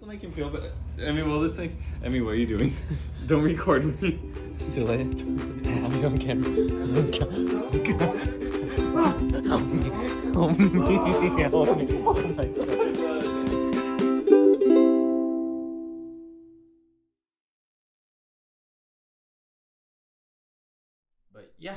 will make him feel better. Emmy, will this make. Emmy, what are you doing? Don't record me. It's too late. I'm on camera. Help me. Help me. Help me. Oh my god. But yeah.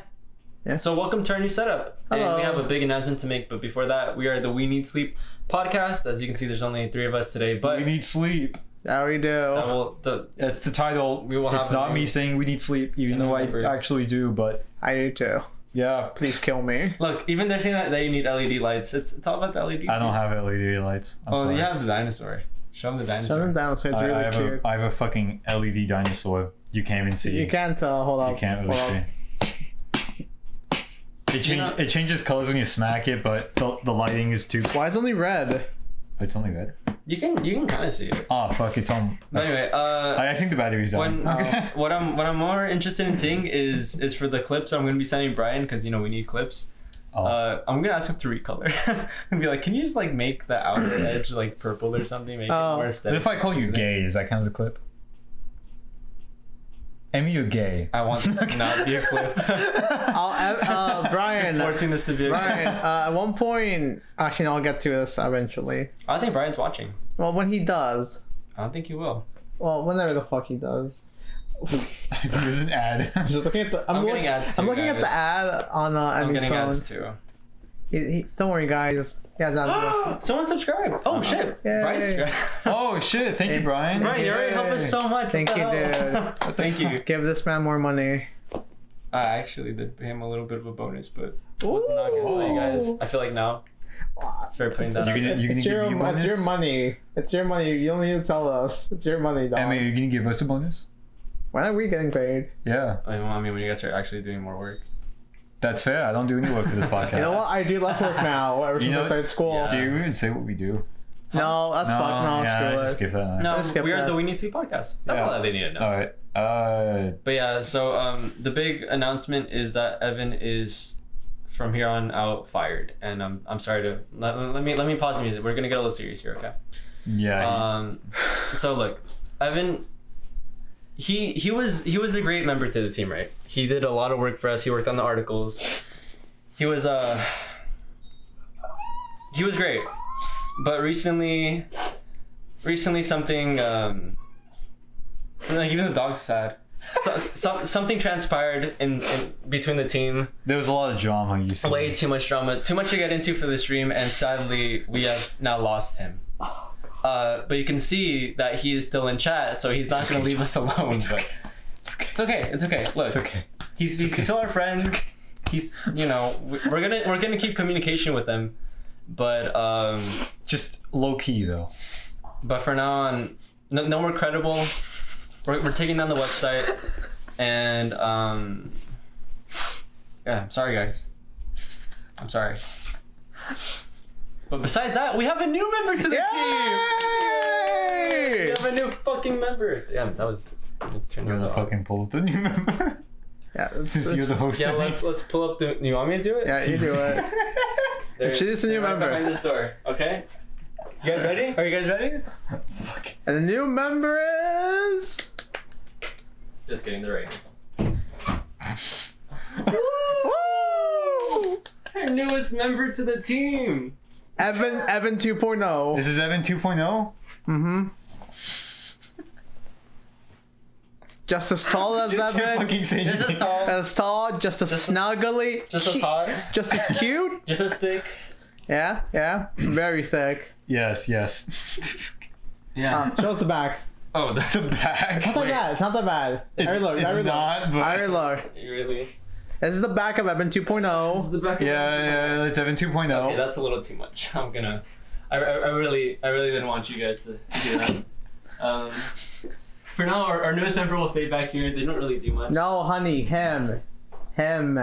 Yeah. So welcome to our new setup. And Hello. we have a big announcement to make, but before that, we are the We Need Sleep podcast. As you can see, there's only three of us today, but We need sleep. How we do? that will, the, That's the title. We will have it's a not new- me saying we need sleep, even though I remember. actually do, but I do too. yeah. Please kill me. look, even they're saying that, that you need LED lights. It's it's all about the LED. I don't have LED lights. I'm Oh, sorry. you have the dinosaur. Show them the dinosaur. Shut him down. So it's I, I really have cute. a I have a fucking LED dinosaur. You can't even see. You can't tell. Hold up. You can't really hold see. up. It, change, know- it changes colors when you smack it, but the, the lighting is too. Why is it only red? It's only red. You can you can kind of see it. Oh fuck! It's on. But anyway, uh, I, I think the battery's when uh, done. Oh. what I'm what I'm more interested in seeing is is for the clips I'm gonna be sending Brian because you know we need clips. Oh. Uh, I'm gonna ask him to recolor. I'm gonna be like, can you just like make the outer edge like purple or something, make Oh. it more But aesthetic? if I call you gay, is that kind of a clip? Emmy, you're gay. I want this to not be a clip. I'll, uh, Brian. Forcing this to be a Brian. clip. Uh, at one point, actually, no, I'll get to this eventually. I don't think Brian's watching. Well, when he does. I don't think he will. Well, whenever the fuck he does. There's an ad. I'm just looking at the. I'm, I'm look- getting ads I'm too, looking at the ad on uh, I'm Emmy's getting phone. ads too. He, he, don't worry, guys. He has ads. left. Someone subscribed. Oh shit. Uh-huh. Yay. Brian subscribed. oh shit! Thank you, Brian. Brian, you already helped us so much. What Thank the you, hell? Thank you. Give this man more money. I actually did him a little bit of a bonus, but I wasn't not gonna tell you Ooh. guys. I feel like now it's very plain that You gonna, you gonna it's give your, me a it's bonus? your money. It's your money. You don't need to tell us. It's your money, dog. Emmy, are you gonna give us a bonus? when are we getting paid? Yeah, I mean, well, I mean, when you guys are actually doing more work. that's fair. I don't do any work for this podcast. You know what? I do less work now ever You since know- I started school. Yeah. Do you even say what we do? No, that's no, fuck. No, yeah, screw just it. skip that. No, Let's skip we are that. the We Need Sleep podcast. That's Yeah. all that they need to know. All right. Uh, But yeah, so um, the big announcement is that Evan is from here on out fired, and I'm I'm sorry to let, let me let me pause the music. We're gonna get a little serious here, okay? yeah. Um, so look, Evan, he he was he was a great member to the team, right? He did a lot of work for us. He worked on the articles. He was uh, he was great, but recently, recently something um, like even the dog's sad. So, so, something transpired in, in between the team. there was a lot of drama. You said. Way too much drama, too much to get into for this stream, and sadly, we have now lost him. Uh, but you can see that he is still in chat, so he's not going to leave us alone. But it's okay. It's okay. Look, It's okay. he's he's still our friend. He's you know we- we're gonna we're gonna keep communication with him, but um Just low key though. but for now on, no, no more credible. We're, we're taking down the website, and um yeah, I'm sorry guys. I'm sorry. But besides that, we have a new member to the team. We Yay! have a new fucking member. Yeah, that was. Turn You're the fucking pull the new member. Yeah, it's- Since you're the host. Yeah, Emmy. let's let's pull up. The, you want me to do it? yeah, you do it. There- introduce a new right member. Behind this door. Okay. You guys ready? Are you guys ready? And the new member is. Just getting the right. Woo! Our newest member to the team. Evan Evan 2.0. This is Evan oh? 2.0. Mm-hmm. Just as tall as Just can't Evan. fucking say Just as anything. tall, As tall, just as Just- snuggly. just as cute- hot, Just as cute. just as thick. Yeah, yeah. Very thick. Yes, yes. Yeah. Uh, show us the back. oh, the, the back. It's not that bad. It's not that bad. It's, Every look, it's every look. not, but Every look. you really. This is the back of Evan 2.0. This is the back. Of yeah, yeah, it's Evan 2.0. Okay, that's a little too much. I'm gonna. I, I, I really, I really didn't want you guys to do that. um, for now, our, our newest member will stay back here. They don't really do much. No, honey, him. Him.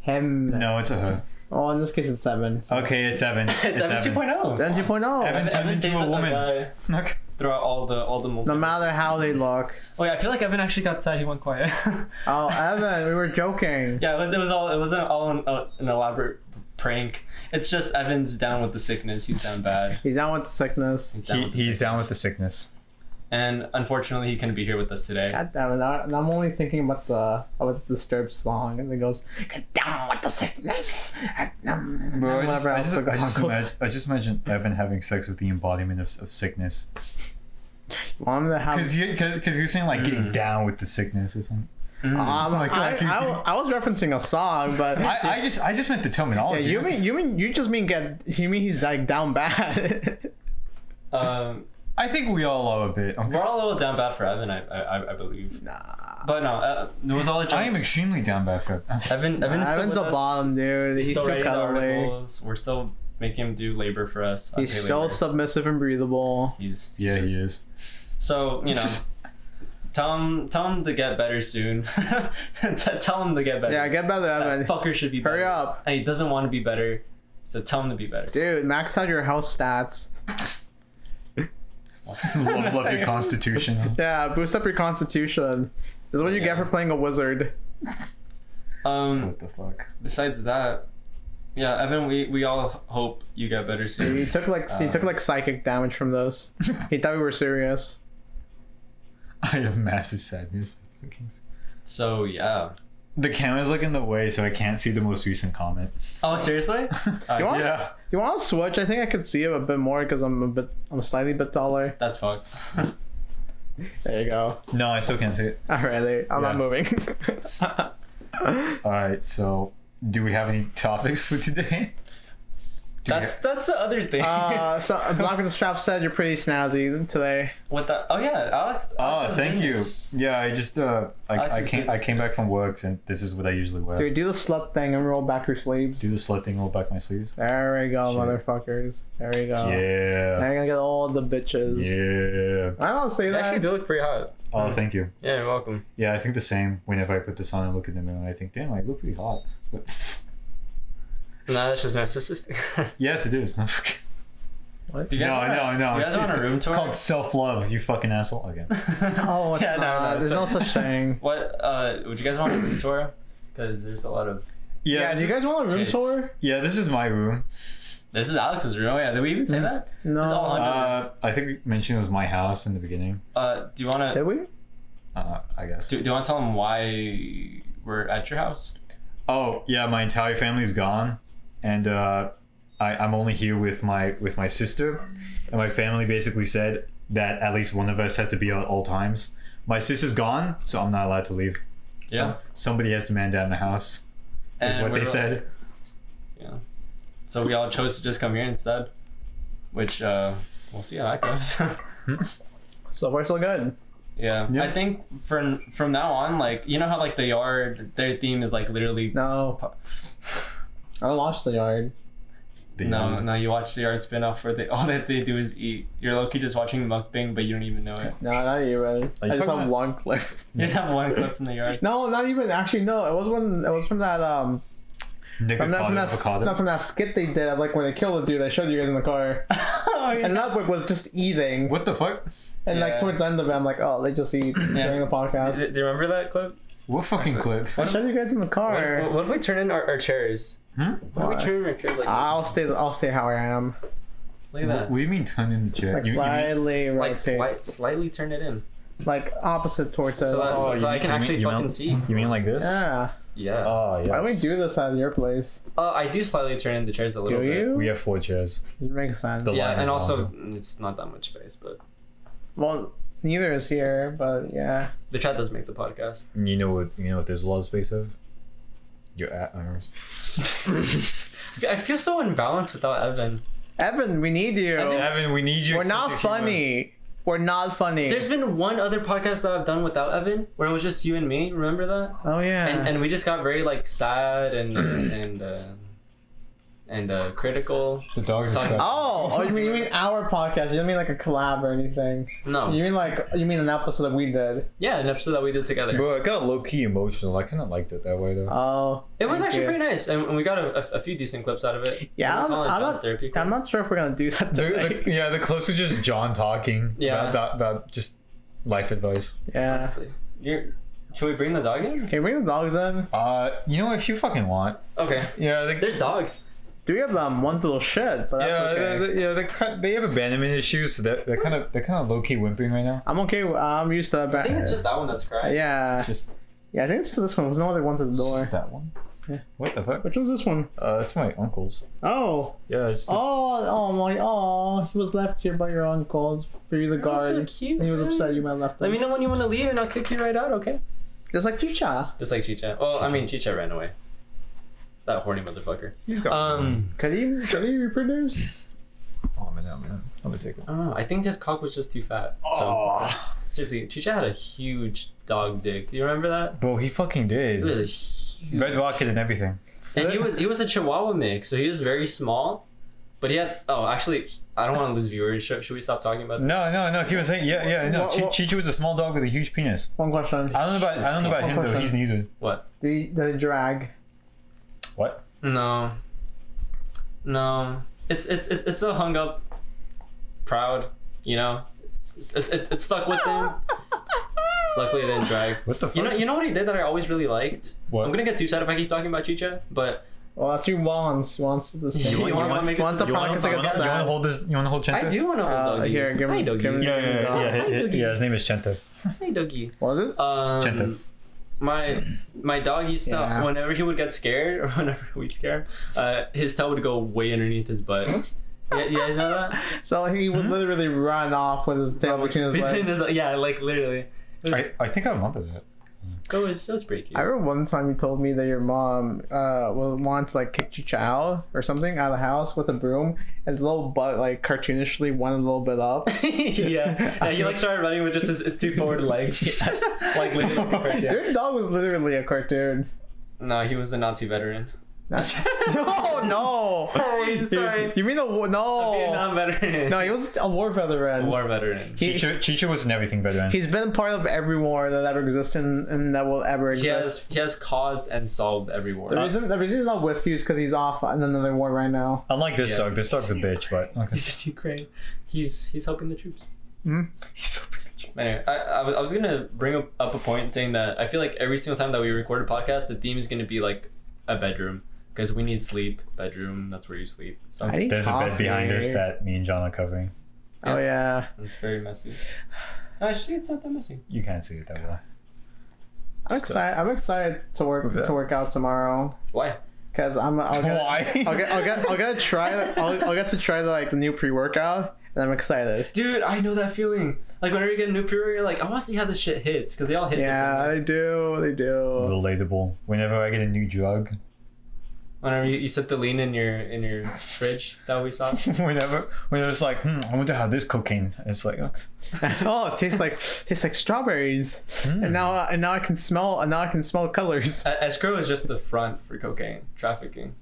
Him. no, it's a her. Oh, in this case, it's seven. So- Okay, it's Evan. It's, oh. Evan 2.0. Evan 2.0. Evan- turned Evan into takes a woman. guy Okay. Throughout all the all the multi- No matter how they look. Wait, I feel like Evan actually got sad. He went quiet. Oh, Evan, we were joking. yeah, it was it was all it wasn't all an, uh, an elaborate prank. It's just Evan's down with the sickness. He's down bad. He's down with the sickness. He's down He, with the he's down with sickness. the sickness. And unfortunately, he couldn't be here with us today. God damn it! Now, now I'm only thinking about the about the Disturbed song, and it goes "Get down with the sickness." And Bro, I just, whatever I, else just, it I, just goes. imagine, I just imagine Evan having sex with the embodiment of, of sickness. Well, I'm gonna have. Because you, cause, cause you're saying, like, getting Mm. down with the sickness or something. Um, oh my God, I, he's I- getting- I was referencing a song, but I, I just I just meant the yeah, terminology. you mean you mean you just mean get you mean he's like down bad. Um, I think we all are a bit. I'm, we're all a little down bad for Evan, I, I, I- I believe. nah, But no, uh, there was all a joke. I am extremely down bad for Evan, Evan's still Evan's with a us. bottom dude. He's, He's still too writing the colorway. articles. We're still making him do labor for us. He's unpaid so labor. submissive and breathable. He's Yeah, he just- is. So you know, tell him tell him to get better soon. T- tell him to get better. Yeah, get better, that Evan. fucker should be better. Hurry up, And he doesn't want to be better, so tell him to be better. dude. Max out your health stats. love, love your constitution. Yeah, boost up your constitution. This is what you get for playing a wizard. Um. What the fuck? Besides that, yeah, Evan, we we all hope you get better He soon. took like he took Um, like psychic damage from those. he thought we were serious. I have massive sadness. so yeah. The camera's like in the way, so I can't see the most recent comment. Oh seriously? Uh, You want Yeah. to you want to switch? I think I could see him a bit more because I'm a bit I'm slightly bit taller. That's fucked. There you go. No, I still can't see it. All right, there- I'm not Yeah. moving. All right, so do we have any topics for today? Do we That's that's the other thing. uh, so Block with the Strap said you're pretty snazzy today. what the? Oh yeah, Alex. Alex ha- oh, is thank doing you. this. Yeah, I just uh, I, Alex I is came doing I this came thing. back from work, and this is what I usually wear. Dude, do the slut thing and roll back your sleeves. Do the slut thing, roll back my sleeves. There we go, Shit. motherfuckers. There we go. Now Yeah, you're gonna get all the bitches. yeah. I don't say You that. actually do look pretty hot. Oh, thank you. Yeah, you're welcome. Yeah, I think the same. Whenever I put this on and look in the mirror, I think, damn, I look pretty hot. But No, that's just narcissistic. yes, it is. No, What? Do you guys no, wanna- no, no. Do you guys It's, want a it's- room it's tour? called self love. You fucking asshole. Again. Oh, it's Yeah, no, no, not. it's There's no not. such thing. What? Uh, would you guys want a room tour? Because there's a lot of. Yeah. Yeah, this do you is- guys want a room Tits. tour? yeah, this is my room. This is Alex's room. Oh, yeah, did we even say that? No. It's all under- Uh, I think we mentioned it was my house in the beginning. Uh, do you wanna Did we? Uh, I guess. do, do you wanna tell them why we're at your house? Oh yeah, my entire family's gone, and uh, I, I'm only here with my with my sister, and my family basically said that at least one of us has to be out at all times. My sister's gone, so I'm not allowed to leave. Some- Yeah. somebody has to man down the house. Is what we they were- said. Yeah. So we all chose to just come here instead, which uh, we'll see how that goes. So far, so good. yeah. Yeah. I think from from now on, like you know how like the yard, their theme is like literally. No. I watched the yard. The No, end. no, you watch the yard spin-off where they all that they do is eat. You're low-key just watching mukbang, but you don't even know it. No, not even. I just talking saw about- one clip. You just have one clip from the yard. No, not even. Actually, no. It was when it was from that um from that from Nicotado, that avocado. not from that skit they did. of, Like when they killed a dude, I showed you guys in the car, oh, yeah. and Ludwig was just eating. What the fuck? And like Yeah. towards the end of it, I'm like, oh, they just eat during the podcast. Do, do you remember that clip? What fucking clip? I showed you guys in the car. What, what if we turn in our, our chairs? Hmm? What if we turn in our chairs like that? I'll stay. I'll stay how I am. Look at What that. do you mean turn in the chair? Like You- you mean- slightly Like rotate, slight, slightly turn it in. like opposite towards us. So, that, so, Oh, you so I mean- can you mean- actually you mean- fucking see. you mean like this? yeah. Yeah. Uh, Oh Why do we yes. do this at your place? Oh. I do slightly turn in the chairs a Do little bit. you? We have four chairs. It makes sense. The Yeah, line and is also longer. it's not that much space, but Well, neither is here, but yeah. the chat does make the podcast. You know what? You know what? There's a lot of space of. You're at ours. I feel so unbalanced without Evan. Evan, we need you. Evan, we need you. We're not funny. We're not funny. There's been one other podcast that I've done without Evan, where it was just you and me. Remember that? oh yeah. And and we just got very like sad and and uh, and uh, critical. The dogs are Talking- stuck. oh, oh, you mean you mean our podcast? You don't mean like a collab or anything? Oh. No. You mean like you mean an episode that we did? Yeah, an episode that we did together. Bro, I got low key emotional. I kind of liked it that way though. Oh, It was thank actually you. pretty nice, and and we got a, a, a few decent clips out of it. Yeah, We I'm, call it I'm John's not. therapy clip. I'm not sure if we're gonna do that The- today. the- yeah, the clips was just John talking. Yeah. About, about, about just life advice. yeah. Honestly. You're, should we bring the dog in? Can we bring the dogs in? Uh, you know if you fucking want. Okay. Yeah, I think There's dogs. three of them went through um, shit, but that's yeah, okay. they, they, yeah, they cut, they have abandonment issues, so they're, they're kind of they're kind of low key whimpering right now. I'm okay. with- I'm used to that. I think it's just that one that's crying. yeah, Just, yeah. I think it's just this one. There's no other ones at the door. just that one. Yeah. What the fuck? Which one's this one? Uh, that's my uncle's. Oh, Yeah, it's just, oh, oh my, oh! He was left here by your uncle for you the You're so guard. cute, And he was man. upset you might have left Let him. me know when you want to leave, and I'll kick you right out. Okay. Just like Chicha, Just like Chicha. Well, I mean, Chicha ran away. That horny motherfucker. he's got. Um, could he, could he reproduce? oh man, oh, man, I'm gonna take one. I don't know. I think his cock was just too fat. So Oh, seriously, Chicha had a huge dog dick. Do you remember that? bro, he fucking It was a did. huge. Red rocket and everything. And he was he was a Chihuahua mix, so he was very small. But he had oh, actually, I don't want to lose viewers. Should, should we stop talking about? No, no, no. Keep on saying. Yeah, yeah. No, What- Chi what- Chichu was a small dog with a huge penis. One question: I don't know about I don't know about him though. He's needed. What? Did the drag? What? No. No. It's it's it's, it's so hung up, proud. You know, it's it's, it's, it's stuck with him. Luckily, it didn't drag. What the fuck? You know, you know what he did that I always really liked. What? I'm gonna get too sad if I keep talking about Chicha, but Well, that's who wants wants this thing. You want- you want to make wants this- the you want- podcast you like you it's want to sad. hold this? You want to hold Chenta? I do want to hold Uh, Dougie. here, give Hi, him- Dougie. give him- Yeah, yeah, yeah. yeah, Hi, yeah, Dougie. yeah his name is Chenta. Hi, Dougie. Was it? Um, Gentle. my my dog used to Yeah. whenever he would get scared or whenever we'd scare him, uh, his tail would go way underneath his butt. yeah, you guys know that? So he uh-huh. would literally run off with his tail between his legs. yeah, like literally. It was, I, I think I remember that. it was it was pretty cute. I remember one time you told me that your mom uh would want to like kick your child or something out of the house with a broom, and his little butt like cartoonishly went a little bit up. yeah. yeah, he like started running with just his, his two forward legs. Yes. like literally. compared to- Your dog was literally a cartoon. No, he was a Nazi veteran. That's- Oh, no, no. Sorry, sorry. You, you mean a wa- no? Vietnam veteran. No, he was a war veteran. war veteran. He- Chichu, Chichu was an everything veteran. He's been part of every war that ever exists and, and that will ever He exist. has uh, he has caused and solved every war. The reason the reason he's not with you is because he's off on another war right now. Unlike this Yeah. dog, this dog's a bitch, but okay. He's in Ukraine. He's he's helping the troops. Mhm. He's helping the troops. Anyway, I, I, was, I was gonna bring up, up a point saying that I feel like every single time that we record a podcast, the theme is gonna be like a bedroom because we need sleep. Bedroom, that's where you sleep. So I need Oh, There's a bed coffee. behind us that me and John are covering. Oh yeah, it's very messy. No, I just think it's not that messy. You can't see it that well. I'm uh, excited. I'm excited to work Okay. to work out tomorrow Why? because I'm. I'll get, Why? I'll get. I'll get. I'll get to try. I'll, I'll get to try the like the new pre workout, and I'm excited. Dude, I know that feeling. Like whenever you get a new period, you're like, I want to see how this shit hits because they all hit. Yeah, differently. they do. They do. Relatable. Whenever I get a new drug, Whenever you, you set the lean in your in your fridge that we saw. whenever whenever it's like, hmm, I wonder how this cocaine. It's like, okay. oh, it tastes like tastes like strawberries, hmm. and now and now I can smell and now I can smell colors. Uh, escrow is just the front for cocaine trafficking.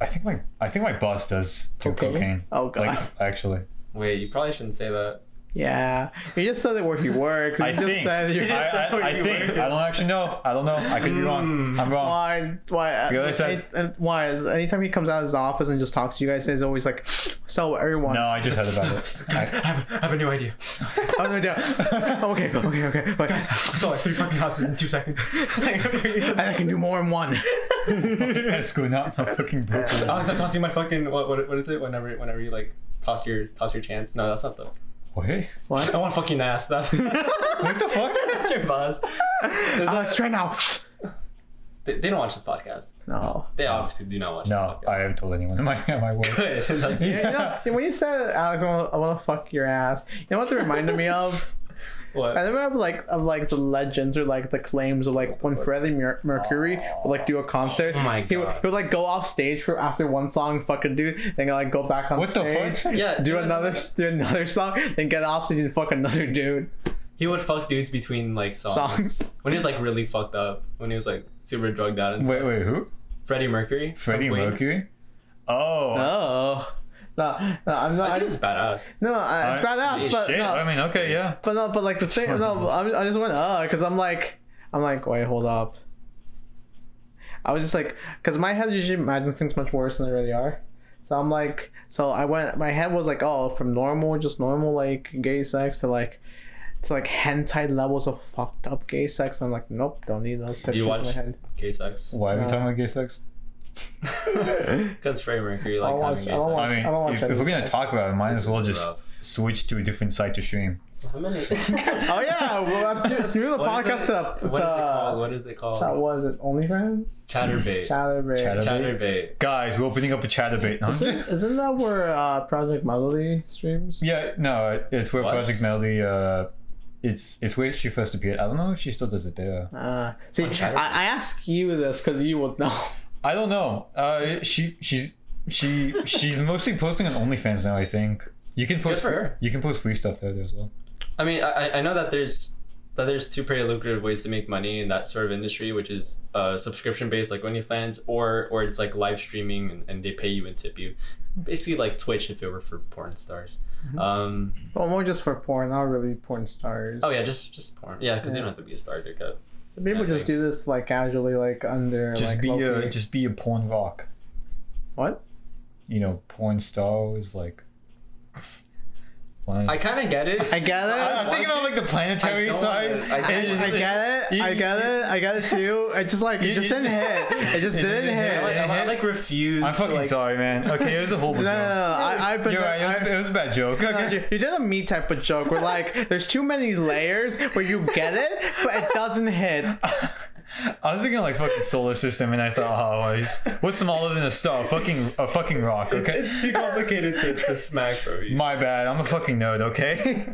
I think my I think my boss does do Cocaine? cocaine. Oh, God. Like, actually, Wait, you probably shouldn't say that. Yeah, you just said that where he works. You I just think said I, you're just said I, where I you think work. I don't actually know. I don't know. I could be wrong. I'm wrong. Hmm. Why? Why? uh, The other side- any- and why is anytime he comes out of his office and just talks to you guys, he's always like, "So everyone." No, I just heard about it. I, have, I have a new idea. Oh, no, no. okay, okay, okay. But guys, saw like three fucking houses in two seconds. and I can do more in one. I screwed up. I'm fucking brutal. I was like tossing my fucking what, what what is it? Whenever whenever you like toss your toss your chance. No, that's not the. Wait, What? I want fucking ass. That's what the fuck? that's your boss. There's not- Alex, right now. they, they don't watch this podcast. No. They obviously do not watch. No, this I podcast. haven't told anyone. Am I? Am I worried? Good. That's You know, when you said Alex, I wanna- I want to fuck your ass. You know what they reminded me of? I what. remember like of like the legends or like the claims of like when Freddie Mer- Mercury would like do a concert. Oh my He would, God. he would like go off stage for after one song, fucking do, then like go back on What the stage. fuck? Yeah. do he would- another do another song, then get off stage and fuck another dude. He would fuck dudes between like Songs. when he was like really fucked up, when he was like super drugged out and Wait, wait, who? Freddie Mercury. from Freddie Queen. Mercury? Oh, Oh. No, no, I'm not. I I think it's badass. no, I, it's I- badass, but shit. no, I mean, okay, yeah. but no, but like the thing, no, I'm, I just went uh because I'm like, I'm like, wait, hold up. I was just like, because my head usually imagines things much worse than they really are. So I'm like, so I went, my head was like, oh, from normal, just normal like gay sex to like, to like hentai levels of fucked up gay sex. I'm like, nope, don't need those pictures you in my watch- head. K sex. Why are we Uh, talking about gay sex? Because Freddie Mercury like I'll watch- having I'll days off. I mean, I don't want if, to if we're gonna discuss. talk about it, might as well is just rough. switch to a different site to stream. So how many? oh Oh yeah, we'll have to, to move the What is podcast it- up. What is it called? uh, What is it it's, uh, called? what is it? OnlyFans? Chatterbait. Chatterbait. Chatter- Chatterbait. Guys, we're opening up a chat debate. No, I'm Isn't, just- isn't that where uh, Project Melody streams? yeah, no, it's where What? Project Melody. Uh, it's it's where she first appeared. I don't know if she still does it there. Uh, see, I, Chatterbait. I ask you this because you would know. I don't know. Uh, she she's she she's mostly posting on OnlyFans now. I think you can post for her. you can post free stuff there as well. I mean, I, I- I know that there's that there's two pretty lucrative ways to make money in that sort of industry, which is uh, subscription based like OnlyFans, or or it's like live streaming and, and they pay you and tip you, basically like Twitch if it were for porn stars. Um, Well, more just for porn, not really porn stars. oh yeah, just just porn. Yeah, because Yeah. you don't have to be a star to get. So people Yeah, just they- do this like casually, like under Just like be low-key. a just be a porn rock. what? You know, porn star is like. I kind of get it. I get it. I'm thinking about like the I planetary don't side. want it. I- and it's I just- get it. you- I you- get it. I get it too. It just like it You- just you- didn't hit. It just It didn't didn't I, hit. hit. like, I like refuse. I'm to, fucking like, sorry, man. Okay, it was a horrible No, no, no. joke. I, I've been. You're right. It was, I- it was a bad joke. No, Okay. you, you did a me type of joke where like there's too many layers where you get it but it doesn't hit. I was thinking like fucking solar system, and I thought, oh, I just- what's smaller than a star? Fucking a fucking rock. Okay. It's too complicated to, to smack, bro. You- My bad. I'm a fucking nerd. Okay.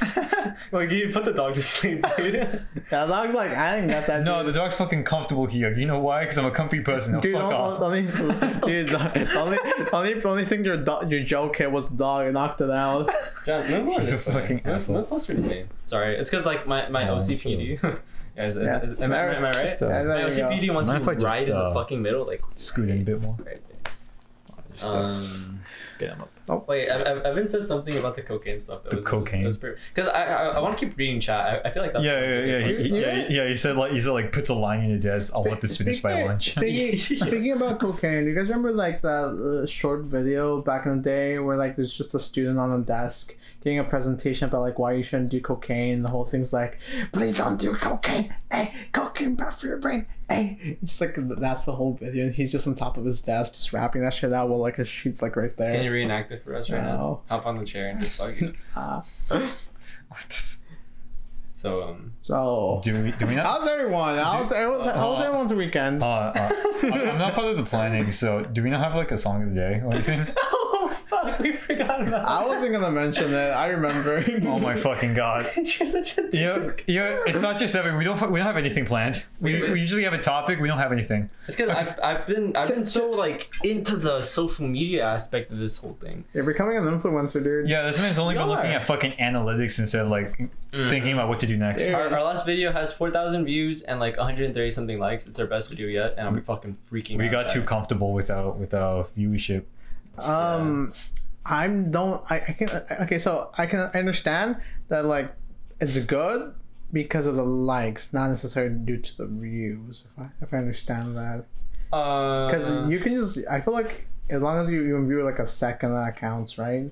Like you put the dog to sleep, dude. Yeah, dog's like I didn't get that. No, dude. the dog's fucking comfortable here. You know why? Because I'm a comfy person. Now Dude, fuck the off. only, dude, the only, only, only thing your do- your joke hit was dog and knocked it out. John, move You're on a this way. fucking Move- asshole. move closer to me. Sorry, it's because like my my Yeah, me OCPD. yeah, is, is, Yeah. is- am, I, am I right? Just, uh, Yeah, my there you go. OCPD wants you Mind if I right just, in the uh, fucking middle, like Scoot in a bit more. right there. Just, uh, Um, get him up. wait, I- I- Evan said something about the cocaine stuff. That The cocaine. Because I I, I want to keep reading chat. I, I feel like that's Yeah, yeah, yeah, Okay. he- he- yeah, he- yeah. He said like he said like puts a line in his desk. I'll let this finish by Speaking- lunch. Speaking, speaking about cocaine, you guys remember like that uh, short video back in the day where like there's just a student on a desk giving a presentation about like why you shouldn't do cocaine. And the whole thing's like, please don't do cocaine. Hey, cocaine bad for your brain. Hey, just like that's the whole video. And he's just on top of his desk, just rapping that shit out while like his sheet's like right Can you there. reenact it for us right now? No. Hop on the chair and just fucking. Uh, so um. so. do we do we not? How's everyone? How's, everyone's, how's Uh, everyone's weekend? Uh, uh, I- I'm not part of the planning, so do we not have like a song of the day or anything? Oh fuck! We forgot about. I wasn't gonna mention it. I remember. Oh my fucking god! You're such a. You know, you know, it's not just every we don't we don't have anything planned. We, we usually have a topic. We don't have anything. It's because I've, I've been I've been so like into the social media aspect of this whole thing. You're becoming an influencer, dude. Yeah, this man's only been We looking are. at fucking analytics instead of like Mm. thinking about what to do next. Yeah. Our, our last video has four thousand views and like one hundred and thirty something likes. It's our best video yet, and I'm fucking freaking. We out got about too it. comfortable without without viewership. Um, I'm don't I, I can I- okay. So I can I understand that like it's good because of the likes, not necessarily due to the views. If I if I understand that, because Uh, you can just I feel like as long as you you view like a second that counts, right?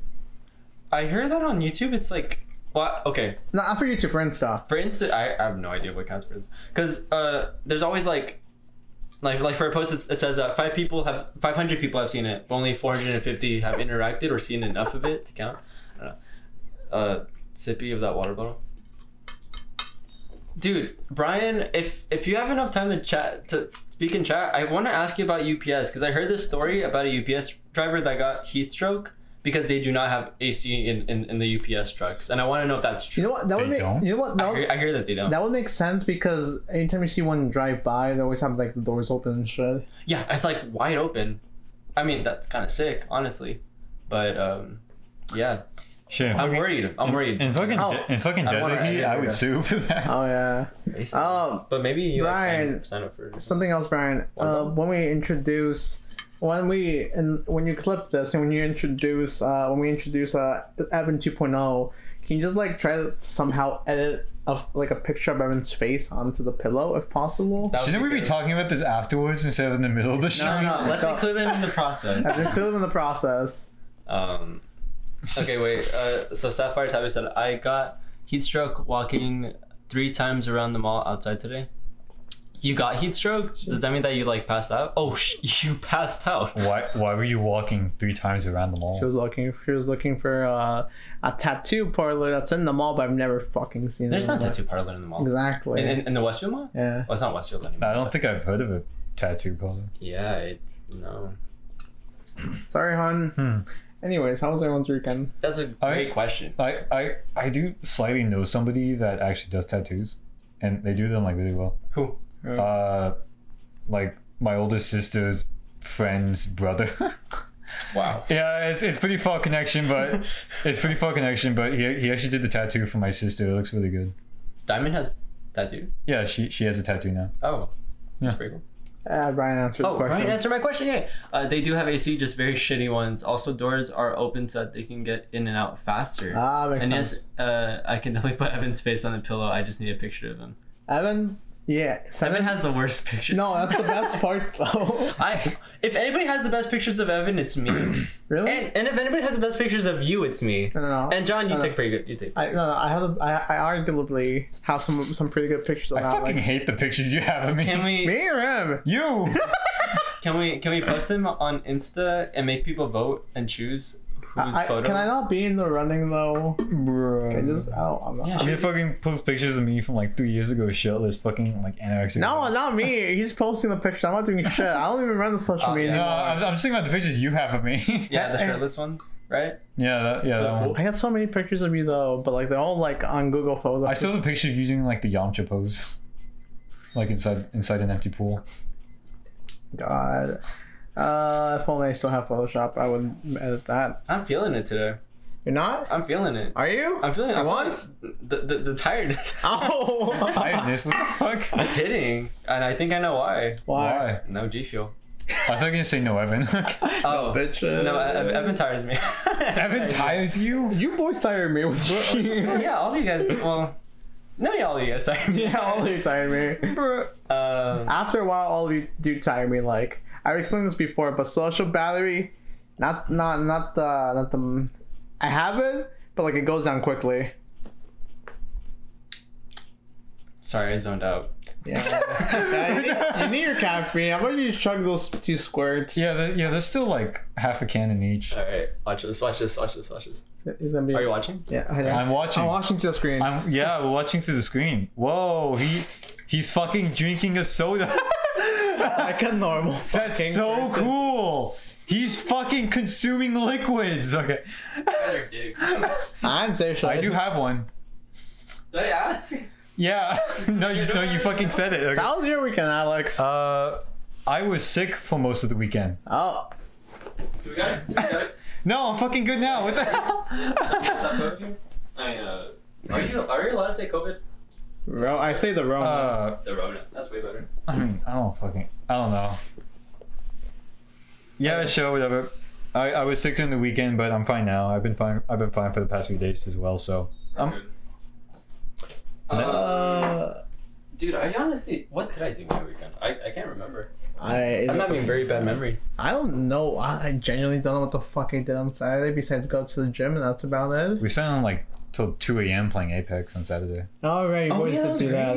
I heard that on YouTube. It's like what? Okay, Not for YouTube for Insta. for instance, I, I have no idea what counts for instance because uh, there's always like. Like, like for a post, it's, it says uh, five people have five hundred people have seen it, but only four hundred and fifty have interacted or seen enough of it to count. I don't know. Uh, sippy of that water bottle. dude brian if if you have enough time to chat to speak in chat i want to ask you about ups because i heard this story about a ups driver that got heat stroke because they do not have ac in in, in the ups trucks and i want to know if that's true You know what? That would They make don't? you know what that I, would, hear, I hear that they don't that would make sense because anytime you see one drive by, they always have like the doors open and shit. yeah it's like wide open i mean that's kind of sick honestly but um yeah Shit, and i'm fucking, worried i'm worried and fucking, Oh. de- and fucking I wanna- desert heat, yeah, I yeah. would sue for that. Oh yeah. Basically. Um, but maybe you like, sign, Brian, sign up for something else, Brian. What Uh, about- when we introduce, when we and when you clip this, and when you introduce, uh, when we introduce uh, Evan 2.0, can you just like try to somehow edit of like a picture of Evan's face onto the pillow if possible? That would Shouldn't we be good. talking about this afterwards instead of in the middle of the show? no no let's Go. include them in the process I've been feeling in the process. um Just- Okay, wait. Uh, so Sapphire Tabby said, I got heat stroke walking three times around the mall outside today. You got heat stroke? Does that mean that you like passed out? Oh, sh- you passed out. Why why were you walking three times around the mall? She was looking. She was looking for uh, a tattoo parlor that's in the mall, but I've never fucking seen There's it. not tattoo parlor in the mall. Exactly. In, in, in the Westfield Mall? yeah. Well, it's not Westfield anymore. I don't but- think I've heard of a tattoo parlor. Yeah, it, no. Sorry, hon. Hmm. Anyways, how was everyone's weekend? That's a I- great question. I, I I do slightly know somebody that actually does tattoos, and they do them like really well. Who? Uh, like my older sister's friend's brother. Wow. yeah, it's it's pretty far connection, but it's pretty far connection. But he he actually did the tattoo for my sister. It looks really good. Diamond has tattoo. Yeah, she she has a tattoo now. Oh. That's Yeah. pretty cool. Uh, Brian answered Oh, the question. Brian, answer my question. Yeah. Uh, they do have AC, just very shitty ones. Also, doors are open so that they can get in and out faster. Ah, makes and sense. yes, uh, I can definitely put Evan's face on the pillow. I just need a picture of him. Evan. Yeah. Seven. Evan has the worst picture. no, that's the best part though. I. If anybody has the best pictures of Evan, it's me. and, really? and if anybody has the best pictures of you, it's me. no, no, no. And John, you No, no. take pretty good. You take. I no, no I have a, I, I arguably have some some pretty good pictures of I fucking hate the pictures you have of me. Uh, Can we? me or him. You. Can we can we post them on Insta and make people vote and choose whose I, I- photo? can I not be in the running though? Bro. I just I don't, I'm not. Yeah, I'm sure. gonna fucking post pictures of me from like three years ago, shirtless, fucking like anorexic. No, not me. He's posting the picture. I'm not doing shit. I don't even run the social Oh, media. no, yeah. I'm, I'm just thinking about the pictures you have of me. yeah, the I- shirtless ones, right? yeah, that, yeah, that one. I got so many pictures of you though, but like they're all like on Google Photos. I still have a picture of using like the Yamcha pose, like inside inside an empty pool. God. Uh, if only I still have Photoshop, I would edit that. I'm feeling it today. You're not? I'm feeling it. Are you? I'm feeling. I'm What? feeling The, the the tiredness. Oh. Tiredness. What the fuck? it's hitting, and I think I know why. Why? Why? No G fuel. I thought you were gonna say no, Evan. Oh, bitch. uh, no, Ev- Evan tires me. Evan tires you. You boys tire me with you. Yeah, all you guys. Well, no, yeah, all you guys tire me. yeah, all of you tire me. Um, After a while, all of you do tire me. Like I explained this before, but social battery, not not not the not the. I have it, but like it goes down quickly. sorry, I zoned out. Yeah, you, need, you need your caffeine. How about you chug those two squirts? Yeah, the, yeah. There's still like half a can in each. All right, watch this. Watch this. Watch this. Watch this. It's gonna be. Are you watching? Yeah, Oh, I know. I'm watching. I'm watching to the screen. I'm yeah. We're watching through the screen. Whoa, he he's fucking drinking a soda. like a normal. fucking That's so person. cool. He's fucking consuming liquids. Okay. Did I'm social. I do have one. I ask? Yeah. No, you no, you fucking said it. Okay. How was your weekend, Alex? Uh, I was sick for most of the weekend. oh, Do we got it? Do we got it? No, I'm fucking good now. What the hell? Is that COVID here? I uh, are you are you allowed to say COVID? Ro- I say the wrong. Uh, The Rona. That's way better. I mean, I don't fucking, I don't know. Yeah, sure, whatever. I, I was sick during the weekend, but I'm fine now. I've been fine. I've been fine for the past few days as well. So, That's Um, good. uh, dude, I honestly, what did I do my weekend? I, I can't remember. I. I'm having very bad memory. I don't know. I I genuinely don't know what the fuck I did on Saturday besides go to the gym, and that's about it. we spent like till two a.m. playing Apex on Saturday. All right, you boys did do that.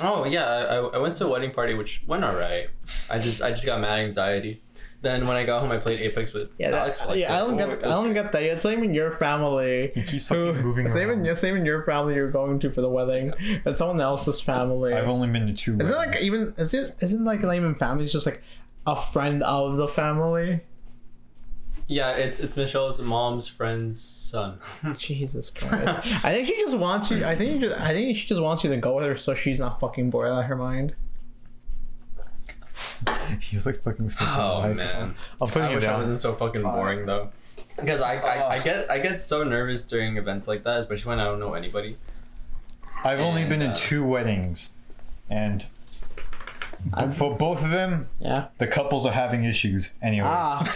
Oh yeah, I, I went to a wedding party which went alright. I just I just got mad anxiety. Then when I got home, I played Apex with Yeah, that, Alex. yeah. I don't get. I don't get that. It's not even your family. He keeps Who, fucking moving it's not even around. it's not even your family you're going to for the wedding. It's someone else's family. I've only been to two. Isn't it weddings. like even is it isn't like not even family? It's just like a friend of the family. Yeah, it's it's Michelle's mom's friend's son. Jesus Christ! I think she just wants you. I think you just, I think she just wants you to go with her so she's not fucking bored out of her mind. He's like fucking sick. Oh man, I'm putting I it wish I down. wasn't so fucking boring though. Because I, I, I get I get so nervous during events like that, especially when I don't know anybody. I've only been And, to uh, two weddings, and I've- for both of them, Yeah. the couples are having issues. Anyways, Ah.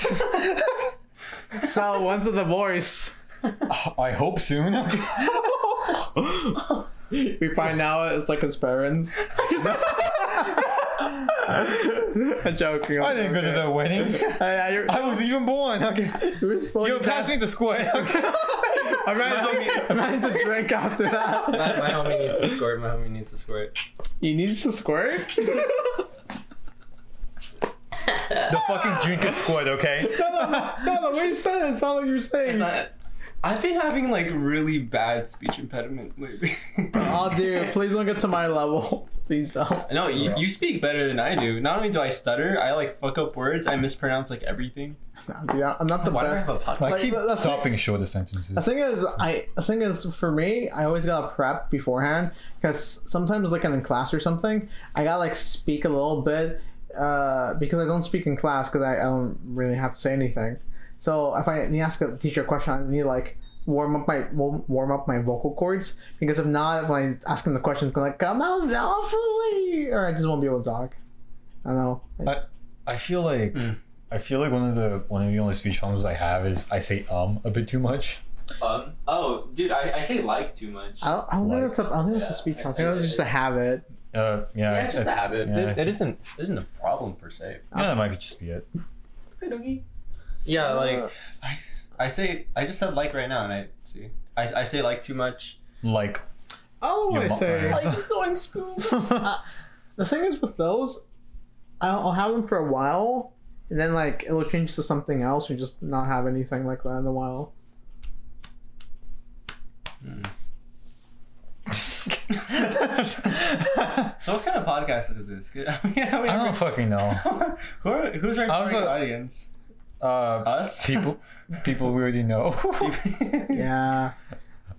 so when's the divorce? I hope soon. We find out it's like his parents. I'm joking. I didn't go to the wedding. Uh, yeah, you're, I was even born. Okay, you were slowly yo, pass me the square. Okay. I'm ready, homie- to, I'm ready to drink after that. My, my homie needs to squirt. My homie needs to squirt. You need to squirt? The fucking drink is squid, okay? no, no, what you said, it's not like you're saying. It's not- I've been having like really bad speech impediment lately. oh, dude, please don't get to my level. Please don't. No, you, you speak better than I do. Not only do I stutter, I like fuck up words. I mispronounce like everything. Nah, dude, I'm not the Why do I best. have a podcast? I Like, keep the- the stopping short of The sentences. thing is, I the thing is for me, I always gotta prep beforehand because sometimes, like in class or something, I gotta like speak a little bit uh, because I don't speak in class because I, I don't really have to say anything. So if I need to ask a teacher a question, I need to, like warm up my wa- warm up my vocal cords because if not, when I ask them the questions, they're like come out awfully, or I just won't be able to talk. I don't know. I, I feel like Mm. I feel like one of the one of the only speech problems I have is I say um a bit too much. Um, oh, dude, I, I say like too much. I don't, I don't Like- think that's a, I don't think that's a speech I- problem. I think I- that's just a habit. Uh, yeah. Yeah, it's just a I- habit. yeah, It, it isn't isn't a problem per se. yeah, that might just be it. Yeah, Uh, like I, s- I say I just said like right now, and I see I, I say like too much. Like, Oh, what Your I mo- say. Like, so in school. the thing is with those, I'll, I'll have them for a while, and then like it'll change to something else, or just not have anything like that in a while. I So what kind of podcast is this? I mean, I mean, don't fucking know. who are, who's our I was target a- audience? Uh, Us people, people we already know. Yeah.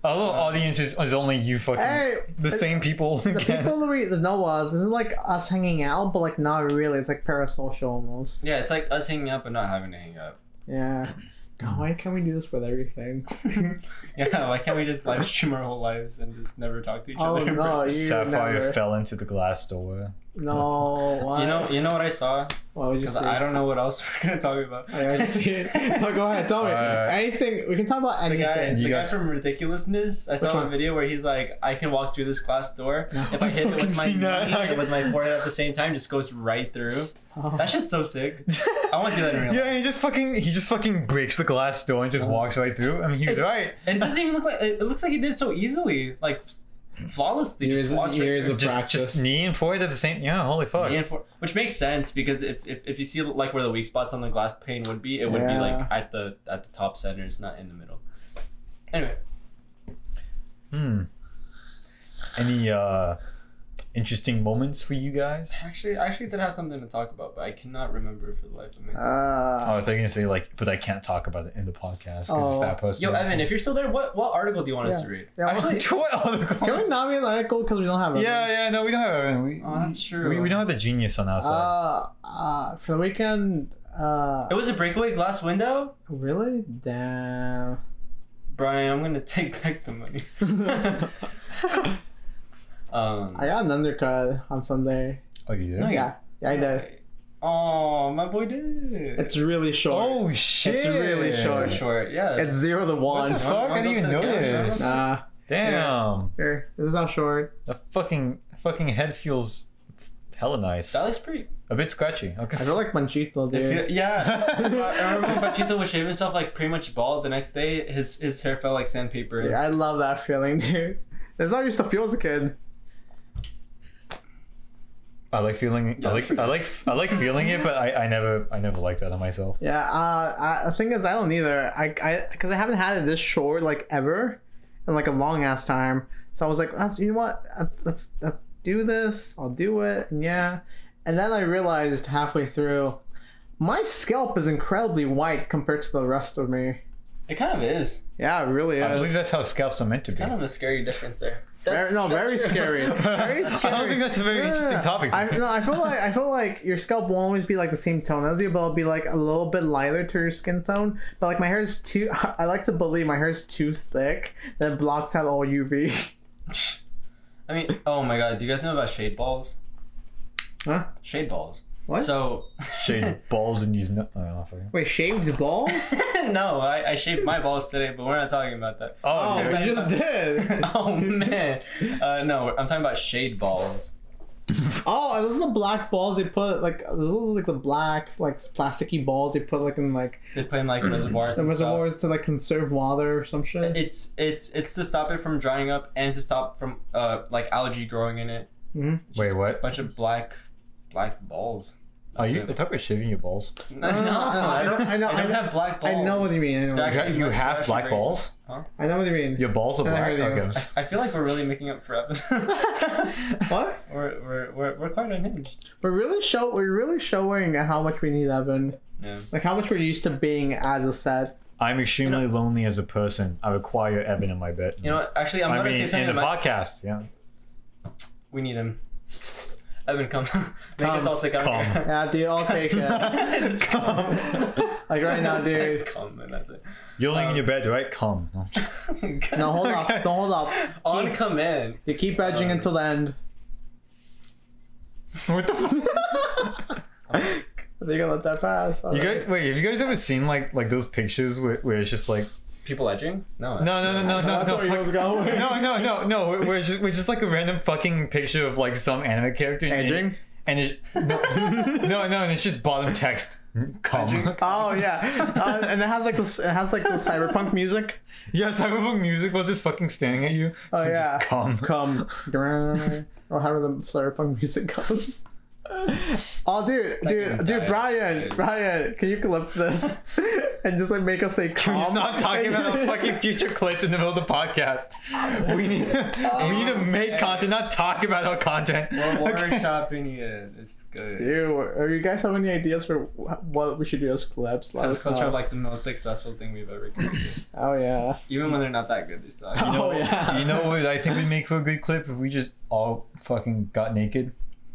Our little audience is, is only you fucking Hey, the it's- same people The again. people that we that know us, this is like us hanging out, but like not really. It's like parasocial almost. yeah, it's like us hanging up but not having to hang up. Yeah. God, why can't we do this with everything? Yeah, why can't we just live stream our whole lives and just never talk to each Oh other? in no, person? you Sapphire never. fell into the glass door. no, why? You know, you know what I saw? Why would you Because say? I don't know what else we're gonna talk about. Yeah, I just see it. No, go ahead. Tell me Uh, anything. We can talk about The guy, anything. You the guy guys- from Ridiculousness. I saw Which a one? video where he's like, "I can walk through this glass door. No. If I hit it fucking with my seen knee that. and with my forehead at the same time, just goes right through. Oh. That shit's so sick. I won't do that in real Yeah, he just fucking he just fucking breaks the glass door and just walks right through. I mean, he was right. And it doesn't even look like it it looks like he did it so easily, like flawlessly. Years just and walks right years through. of Just practice. just knee and forehead at the same. Yeah, holy fuck. And for- which makes sense because if, if, if you see like where the weak spots on the glass pane would be, it would be like Yeah. at the at the top centers, not in the middle. Anyway, Hmm. Any uh interesting moments for you guys? actually, I actually did have something to talk about, but I cannot remember for the life of me. Oh, I Uh, was thinking to say like, but I can't talk about it in the podcast because it's Oh. that post. Yo, Evan, if you're still there, what what article do you want us Yeah. to read? Yeah, actually, can we not be an article because we don't have? a- oh, Yeah, yeah, no, we don't have Evan. We, Oh, that's true. We, we don't have the genius on our side. Uh, uh, for the weekend. Uh, it was a breakaway glass window. really? Damn. Brian, I'm gonna take back the money. um, I got an undercut on Sunday. oh, you No, did? you- Yeah, yeah, I did. Oh, my boy did. It's really short. Oh shit! really Very short. short. Yeah. It's zero to one. the fuck? I didn't even notice. Uh, Nah, Damn, here. This is how short. the fucking fucking head feels hella nice. that looks pretty. A bit scratchy. Okay. I feel like Manchito, If dude. you- yeah. I remember when Pachito was shaving himself like pretty much bald. The next day, his his hair felt like sandpaper. Dude, I love that feeling, dude. This is how I used to feel as a kid. I like feeling. Yeah, I that's like. I like. I like feeling it, but I, I never. I never liked that on myself. Yeah, uh, I, the thing is, I don't either. I, I, because I haven't had it this short like ever, in like a long ass time. So I was like, "Let's- you know what? Let's, let's let's do this. I'll do it. And yeah, and then I realized halfway through, my scalp is incredibly white compared to the rest of me. It kind of is. Yeah, it really I believe is. that's how scalps are meant to be. Kind of a scary difference there. Very, no, very true. scary. Very I scary. don't think that's a very Yeah. interesting topic. to I, me. no, I feel like I feel like your scalp will always be like the same tone as you, but it'll be like a little bit lighter to your skin tone. But like my hair is too. I like to believe my hair is too thick that it blocks out all UV. I mean, oh my god, do you guys know about shade balls? Huh? Shade balls. What? So Shade balls in these. Nu- oh, no, fuck. Wait, shaved balls? no, I, I shaved my balls today, but we're not talking about that. Oh, oh, you okay. just did. oh man, uh, no, I'm talking about shade balls. Oh, are those the black balls they put like those little, like the black like plasticky balls they put like in like They put in like Mm-hmm. reservoirs the and stuff. reservoirs to like conserve water or some shit. It's it's it's to stop it from drying up and to stop from uh like algae growing in it. Mhm. It's Wait, just what? A bunch of black black balls. Are That's you it. talking about shaving your balls? No, No, no, no, I don't. I know- don't, I know- have black balls. I know what you mean. I know, what you- You have, Actually, you my- have actually black raises- balls? I know what you mean. Your balls are I black? heard you. Okay. I, I feel like we're really making up for Evan. What? We're, we're, we're, we're quite unhinged. We're really show we're really showing how much we need Evan. Yeah. Like how much we're used to being as a set. I'm extremely lonely as a person. I require Evan in my bed. You know what? Actually, I'm I gonna mean, say in something the about. podcast, yeah. We need him. Evan, come. Make Come. us all sick out Come. here. Yeah, dude, I'll take it. Just Like right now, dude. Come and that's it. You're laying in Um, your bed, right? Come. No, hold up. Don't hold up. On command. You keep edging Uh, until the end. what the They're gonna let that pass. You Alright. guys, wait, have you guys ever seen like like those pictures where, where it's just like People edging? No. no no no no no That's no where he was fuck- going. no no no no where- where it's just where it's just like a random fucking picture of like some anime character and- Edging? and it's no, no no and it's just bottom text come Oh yeah, uh, and it has like this. It has like the cyberpunk music. yeah cyberpunk music while just fucking staring at you Oh, yeah. just come Come, or however the cyberpunk music goes. Oh dude, dude, can dude, die. Brian, Brian, can you clip this and just like make us say come? He's not talking about the fucking future clips in the middle of the podcast. We need, we need to make content, not talk about our content. We're Okay. workshopping it. It's good. Dude, are you guys have any ideas for wh- what we should do as clips? Let That's us culture know. like the most successful thing we've ever created. oh yeah. Even when they're not that good, they still. You know- Oh, yeah. You know what I think would make for a good clip if we just all fucking got naked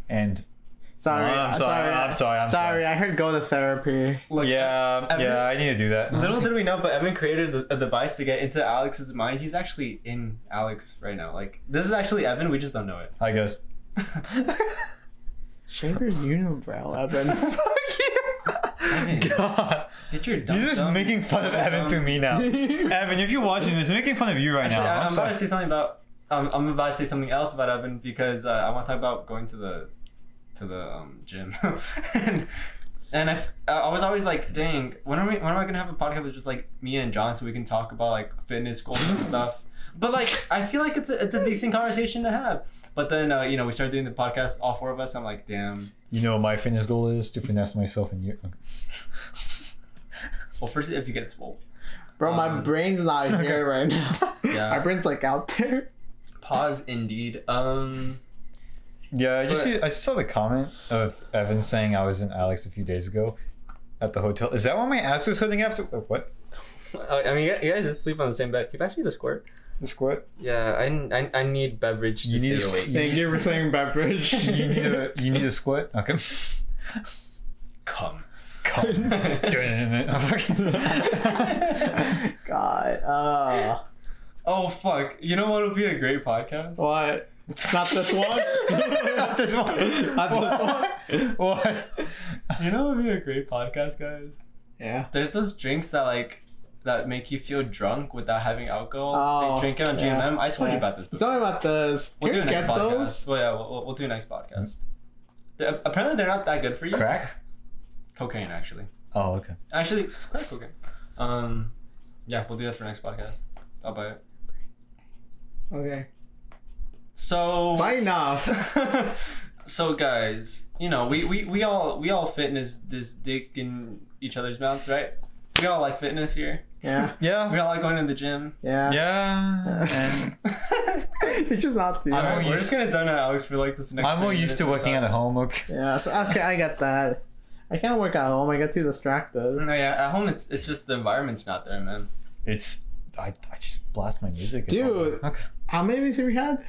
and Sorry, No, Oh, I'm uh, sorry, I'm sorry, I'm sorry. I heard go to therapy. Look, yeah, Oh, Evan- yeah, I need to do that. Little did we know, but Evan created a, a device to get into Alex's mind. He's actually in Alex right now. Like this is actually Evan. We just don't know it. I guess. Shave your unibrow, Evan. Fuck you. Evan. God. Get your dumb You're just dumb. making fun of Evan through me now. Evan, if you're watching this, I'm making fun of you right Actually, now. I- I'm, I'm, about sorry. to say something about. Um, I'm about to say something else about Evan because uh, I want to talk about going to the, to the um, gym, and, and I, f- I- I was always like, dang, when are we? When am I gonna have a podcast with just like me and John so we can talk about like fitness goals and stuff? But like, I feel like it's a, it's a decent conversation to have. But then uh, you know we started doing the podcast, all four of us. I'm like, damn. You know what my fitness goal is to finesse myself and you. Well, first if you get swole, Bro, my Um, brain's not okay. here right now. Yeah. My brain's like out there. pause indeed. Um, Yeah, I just But- see, I just saw the comment of Evan saying I was in Alex a few days ago at the hotel. Is that why my ass was hurting after? oh, What? I mean, you guys sleep on the same bed. You passed me the squirt. The squat? Yeah, I, I, I need beverage to You need stay a- awake. you- Thank you for saying beverage. You need a you need a squat? Okay. Come. Come. I'm fucking- God. Uh, oh fuck! You know what would be a great podcast? what? Not this one? Not this one. Not this one. What? You know what would be a great podcast, guys? Yeah. There's those drinks that like that make you feel drunk without having alcohol. Oh, they drink it on yeah, GMM. I told yeah. you about this. Before. Tell me about those. We'll Can do you a next get podcast. those? Well, yeah, we'll, we'll do a next podcast. They're- apparently, they're not that good for you. Crack? Cocaine, actually. Oh, okay. Actually, crack cocaine. Um, yeah, we'll do that for next podcast. I'll buy it. Okay. So Why not? so guys, you know, we, we, we all we all fitness this dick in each other's mouths, right? We all like fitness here. Yeah. We Yeah. all like going to the gym. Yeah. Yeah. And You're just not to. I'm Alright, more we're used- just gonna zone out Alex for like this next. I'm more 10 used to minutes working or at so. home. Okay. Yeah. so- Okay, I get that. I can't work at home. I get too distracted. No, yeah, at home it's it's just the environment's not there, man. It's I, I just blast my music. It's Dude. all- Okay. How many of these have we had?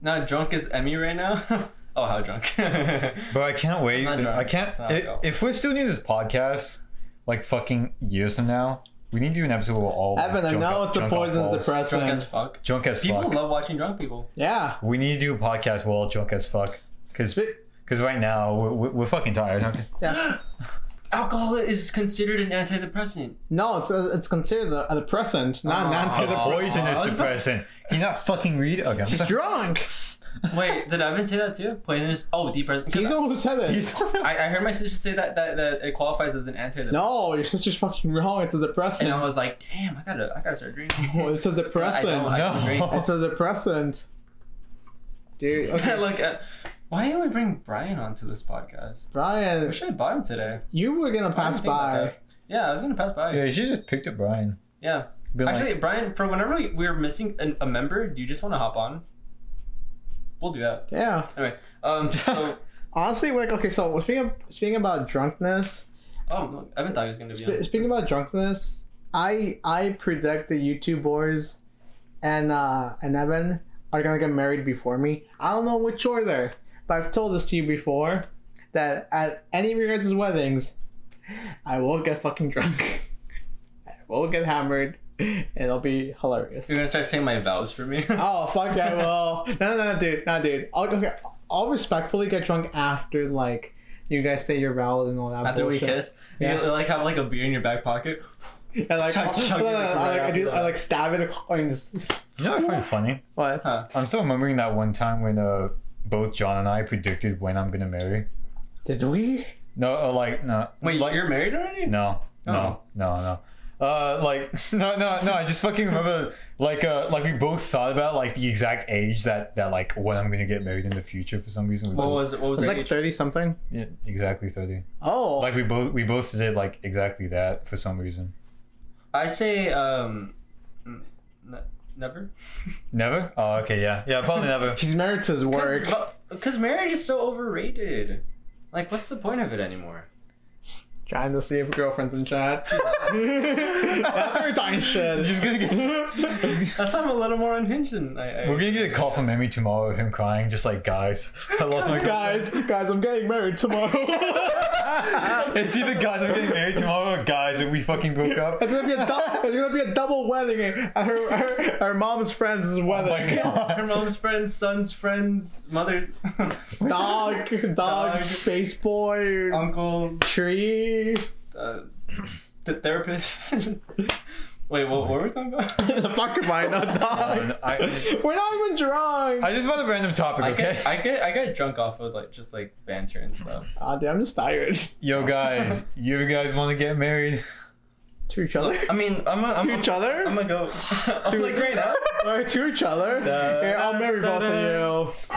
Not drunk as Emmy right now. oh, how drunk? But I can't wait. not drunk. I can't. It's not i- alcohol. if we're still doing this podcast, like fucking years from now, we need to do an episode where we're all like, Evan, I drunk know up- it's a drunk off poison's balls. depressant. drunk as fuck. Drunk as People fuck. love watching drunk people. Yeah. we need to do a podcast where we're all drunk as fuck. Cause, See- cause right now we're, we're, we're fucking tired. Okay. Yes. Alcohol is considered an antidepressant. No, it's uh, it's considered a, a depressant, not an Aw. The antidepressant. poison is I was about- depressant. Can you not fucking read? Okay. I'm She's sorry. drunk. Wait, did Evan say that too? Poisonous. Oh, deep person. He's the one who said it. He's- I, I heard my sister say that, that that it qualifies as an antidepressant. No, your sister's fucking wrong. It's a depressant. And I was like, damn, I gotta I gotta start drinking. Oh, it's a I don't, depressant. I don't No. drink. It's a depressant. Dude, okay. Look, uh, why did we bring Brian onto this podcast? I Brian, wish I bought him today. you were gonna I pass didn't think about by. that. Yeah, I was gonna pass by. yeah, Yeah. you should just picked up Brian. Been like- Actually, Brian, for whenever we- we're missing an, a member, do you just want to hop on? We'll do that. Yeah. Anyway, um, so Honestly, like okay, so speaking of, speaking about drunkenness, oh, look, Evan thought he was gonna be. sp- on. speaking about drunkenness, I I predict the YouTube boys and uh and Evan are gonna get married before me. I don't know which order, but I've told this to you before that at any of your guys' weddings, I will get fucking drunk. I will get hammered, and it'll be hilarious. You're gonna start saying my vows for me. Oh fuck that! Well, no, no, no, dude, no, dude. I'll okay, I'll respectfully get drunk after like you guys say your vows and all that. After we bullshit. kiss, Yeah. you like have like a beer in your back pocket. and like, Chug- chug no, no, it, no, like, I, right like I do, after I like stab it in the coins. You know, I find it funny. What? I'm still remembering that one time when uh, both John and I predicted when I'm gonna marry. Did we? No, uh, like no, Wait, you're married already? no, Oh. no, no, no. Uh, like no, no, no. I just fucking remember like uh, like we both thought about like the exact age that that like when I'm gonna get married in the future for some reason. We What both- was it? What was, It's our like age? thirty something. Yeah, exactly thirty. Oh, Like we both we both did like exactly that for some reason. I say um, n- ne- never. Never? Oh, okay, yeah, yeah, probably never. he's married to his work. Because marriage is so overrated. Like, what's the point of it anymore? Trying to see if girlfriends in chat. That's her dying shit. Just gonna get. That's why I'm a little more unhinged. Than I, I, We're gonna get a call from Emmy tomorrow of him crying, just like guys. I lost my Guys, guys, I'm getting married tomorrow. It's either guys I'm getting married tomorrow or guys that we fucking broke up. It's gonna be a double. it's gonna be a double wedding at her her, her mom's friend's Oh wedding. my Her god. mom's friends, son's friends, mother's Dog, dog, Dog. Um, space boy, uncle, tree. uh, the therapist. Wait, what, what were we talking about? the fuck am I not dog? I, just, We're not even drunk. I just found a random topic, I okay? get, I get, I get drunk off of like just like banter and stuff. Ah, dude, I'm just tired. Yo, guys, you guys want to get married? To each other. I mean, I'm, a, I'm, To a, each other. I'm gonna go. I'm like right now. Or to each other. Here, I'll marry both of you.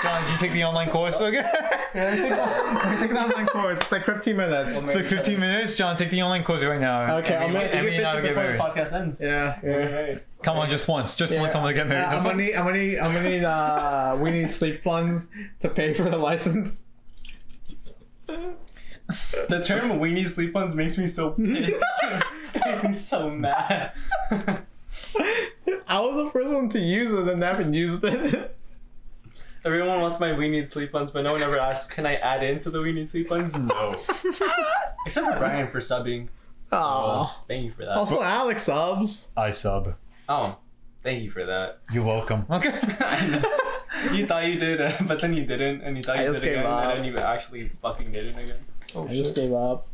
John, did you take the online course? Okay. I took an online course. It's like 15 minutes. It's like 15 minutes. John, take the online course right now. Okay, I'll Emmy, make- Emmy and I will get before the married. podcast ends. yeah, yeah. Come on, just once. Just once, I'm gonna get married. Yeah, I'm gonna need, I'm gonna need, I'm gonna need, uh, we need sleep funds to pay for the license. The term weenie sleep ones makes me so pissed. it makes me so mad. I was the first one to use it and haven't used it. Everyone wants my we need sleep ones, but no one ever asks, can I add into the we need sleep ones? Oh. No. Except for Brian for subbing. Aww. Thank you for that. Also, Alex subs. I sub. oh, thank you for that. You're welcome. Okay. you thought you did, uh, but then you didn't, and you thought I you just did again, gave up. and then you actually fucking did it again. Oh, I just gave up.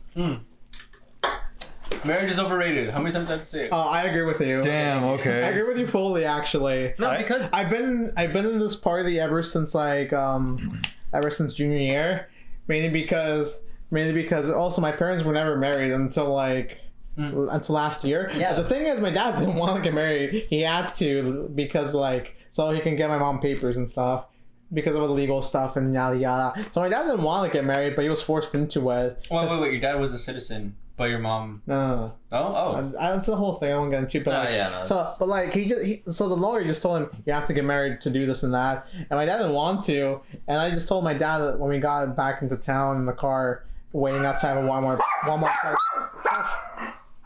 Marriage is overrated. How many times do I have to say it? Oh, I agree with you. Damn, I okay. agree with you fully, actually. no, I- because I've been I've been in this party ever since like um ever since junior year, mainly because mainly because also my parents were never married until like l- until last year. Yeah. The thing is, my dad didn't want to get married. He had to because like so he can get my mom papers and stuff because of the legal stuff and yada yada. So my dad didn't want to get married, but he was forced into it. wait, wait, wait. Your dad was a citizen, but your mom. No, no, no. Oh, oh. I- I- That's the whole thing. I won't get into. it, But Ah, like, yeah, no, so, it's- but like he just he, so the lawyer just told him you have to get married to do this and that, and my dad didn't want to, and I just told my dad that when we got back into town in the car, waiting outside of Walmart, Walmart. Park.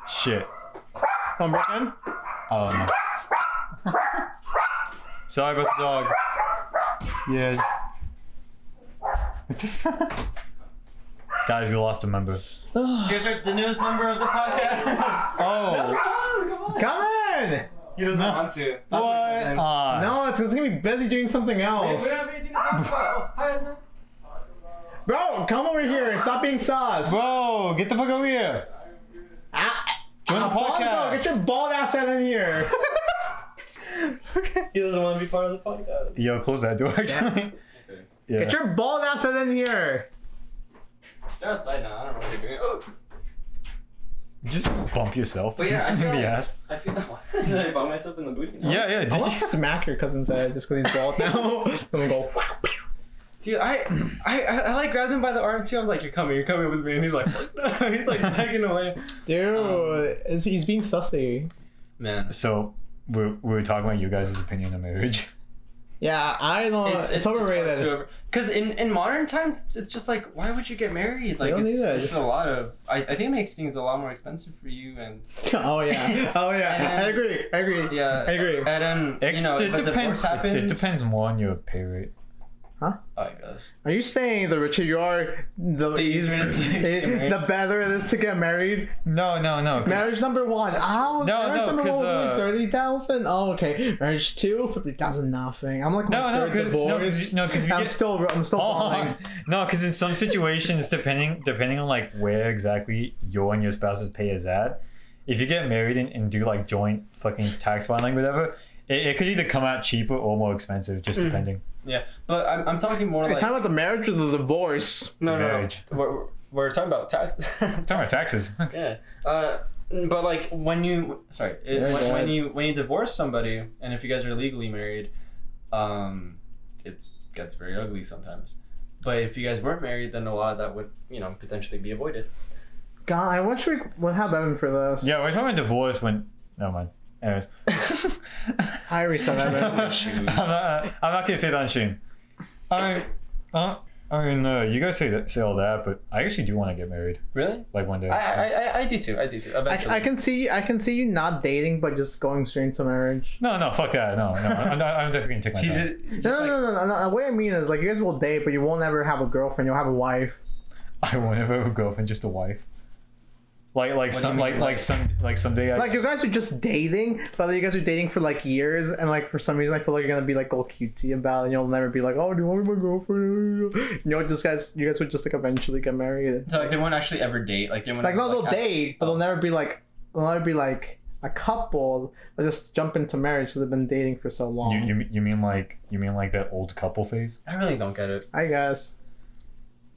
Shit. Someone broke in? Oh no. Sorry about the dog. Yeah. just- What the fuck? Guys, we lost a member. Here's our, the newest member of the podcast. Oh, Come in. He doesn't want to. That's what? Uh, No, it's, it's gonna be busy doing something else. anything to talk about. Oh, Hi, Edna. Bro, come over here and stop being sauce. Bro, get the fuck over here. Ah, Join the Alfonso, podcast. get your bald ass out in here. okay. He doesn't want to be part of the podcast. Yo, close that door. Actually. Okay. Yeah. Get your bald ass out in here. They're outside now. I don't know what they're doing. Oh, Just bump yourself. But yeah, I in feel the like- ass. I feel that. Did I bought myself in the booty? No. Yeah, yeah. I Did want you? to smack your cousin's head just because he's bald now. I'm gonna go. "Wow, wow." Dude, I, I, I, I like grabbed him by the arm too. I'm like, you're coming, you're coming with me. And he's like, "What?" no. he's like backing away. Dude, Um, it's- he's being sussy. Man, So we we were talking about you guys' opinion on marriage. Yeah, I don't. It's, overrated. Because in, in modern times, it's, it's just like, why would you get married? Like, don't it's, need that. it's a lot of. I, I think it makes things a lot more expensive for you and oh yeah. Oh yeah. And then- I agree. I agree. yeah. I agree. And then you know, if a divorce happens. It, depends more on your pay rate. I guess. Are you saying the richer you are, the, easier it is to get eh, the married. better it is to get married? No, no, no. 'cause- Marriage number one. How? No, marriage no, number one 'cause, was uh, only thirty thousand. Oh, okay. Marriage two, fifty thousand. Nothing. I'm like No, my no, third 'cause- no, 'cause divorce. you- no, 'cause you I'm get- still, I'm still bawling. Oh, no, because in some situations, depending depending on like where exactly your and your spouse's pay is at, if you get married and, and do like joint fucking tax filing, whatever, it, it could either come out cheaper or more expensive, just depending. Yeah, but I'm, I'm talking more Are you like talking about the marriage or the divorce? no, no, no. marriage. We're, we're talking about tax. Talking about taxes. yeah. Uh, but like when you sorry, it, Yeah, go when, when ahead. you when you divorce somebody, and if you guys are legally married, um, it gets very ugly sometimes. But if you guys weren't married, then a lot of that would you know potentially be avoided. God, I wish we would have Evan for this. Yeah, we're talking about divorce when. Never mind. Anyways. I reset I'm Evan. not, uh, I'm not gonna say that on stream. I, I, I mean, uh, you guys say that, say all that, but I actually do want to get married, Really? like one day. I I, I, I do too. I do too. Eventually. I, I can see, I can see you not dating, but just going straight into marriage. no, no, fuck that. No, no, I'm, I'm definitely gonna take my He time. did- he's No, no, like- no, no, no, no. What I mean is, like, you guys will date, but you won't ever have a girlfriend. You'll have a wife. I won't ever have a girlfriend, just a wife. Like like do some you mean, like like- like some like someday I Like, you guys are just dating, but you guys are dating for like years, and like for some reason, I feel like you're gonna be like all cutesy about, it, and you'll never be like, oh, do you want to be my girlfriend? You know, just guys, you guys would just like eventually get married. So, like they won't actually ever date. Like they won't. Like, ever, no, they'll have- date, but they'll never be like, they'll never be like a couple. They'll just jump into marriage because they've been dating for so long. you, you you mean like you mean like that old couple phase? I really don't get it. I guess.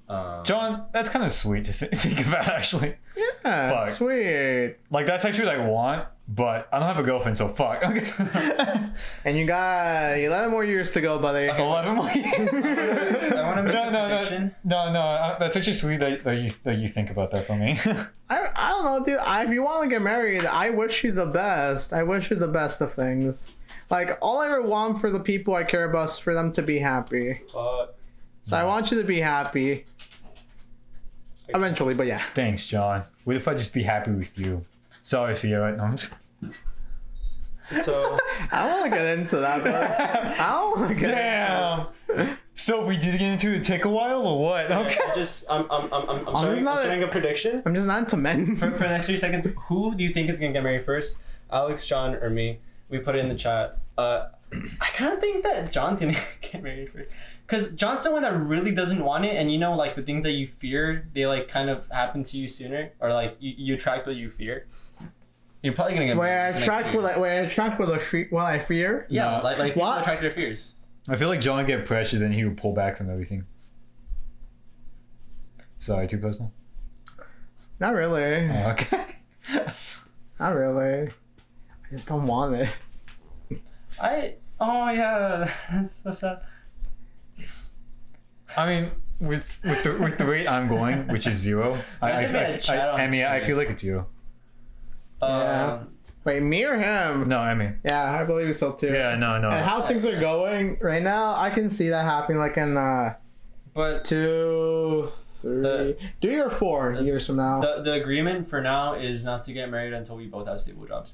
Um, John, that's kind of sweet to th- think about actually. Yeah, Fuck. sweet. Like that's actually what I want, but I don't have a girlfriend, so fuck. Okay. And you got 11 more years to go, buddy. Eleven more years. I want to make No, a no, no, prediction. no, no. uh, That's actually sweet that, that you that you think about that for me. I, I don't know, dude. I, if you want to get married, I wish you the best. I wish you the best of things. Like, all I ever want for the people I care about is for them to be happy. Fuck. So I want you to be happy. Eventually, but yeah. Thanks, John. What if I just be happy with you? Sorry, Sierra. No, I'm just- so I don't want to get into that, but I don't want to get Damn. So we did get into it. Take a while or what? Okay. I just I'm I'm I'm I'm, I'm, I'm starting, not I'm a- starting a prediction I'm just not into men. for, for the next three seconds. Who do you think is gonna get married first, Alex, John, or me? We put it in the chat. Uh, I kind of think that John's gonna get married first, cause John's someone that really doesn't want it, and you know, like the things that you fear, they like kind of happen to you sooner, or like you, you attract what you fear. You're probably gonna get Where I married. next attract year. what I, where I attract what I, fe- what I fear. yeah, No. like like people What? attract their fears. I feel like John would get pressure, then he would pull back from everything. Sorry, too personal. Not really. Oh, okay. Not really. I just don't want it. I oh yeah, that's so sad. I mean, with with the with the rate I'm going, which is zero, I I, Imagine we had a I, I, chat on I mean, I screen. feel like it's zero. Yeah. Um, Wait, me or him? No, I mean, Yeah, I believe so too. yeah, no, And no. Uh, how things are going right now, I can see that happening like in uh, but two, three, The- three or four the- years from now. The, the agreement for now is not to get married until we both have stable jobs.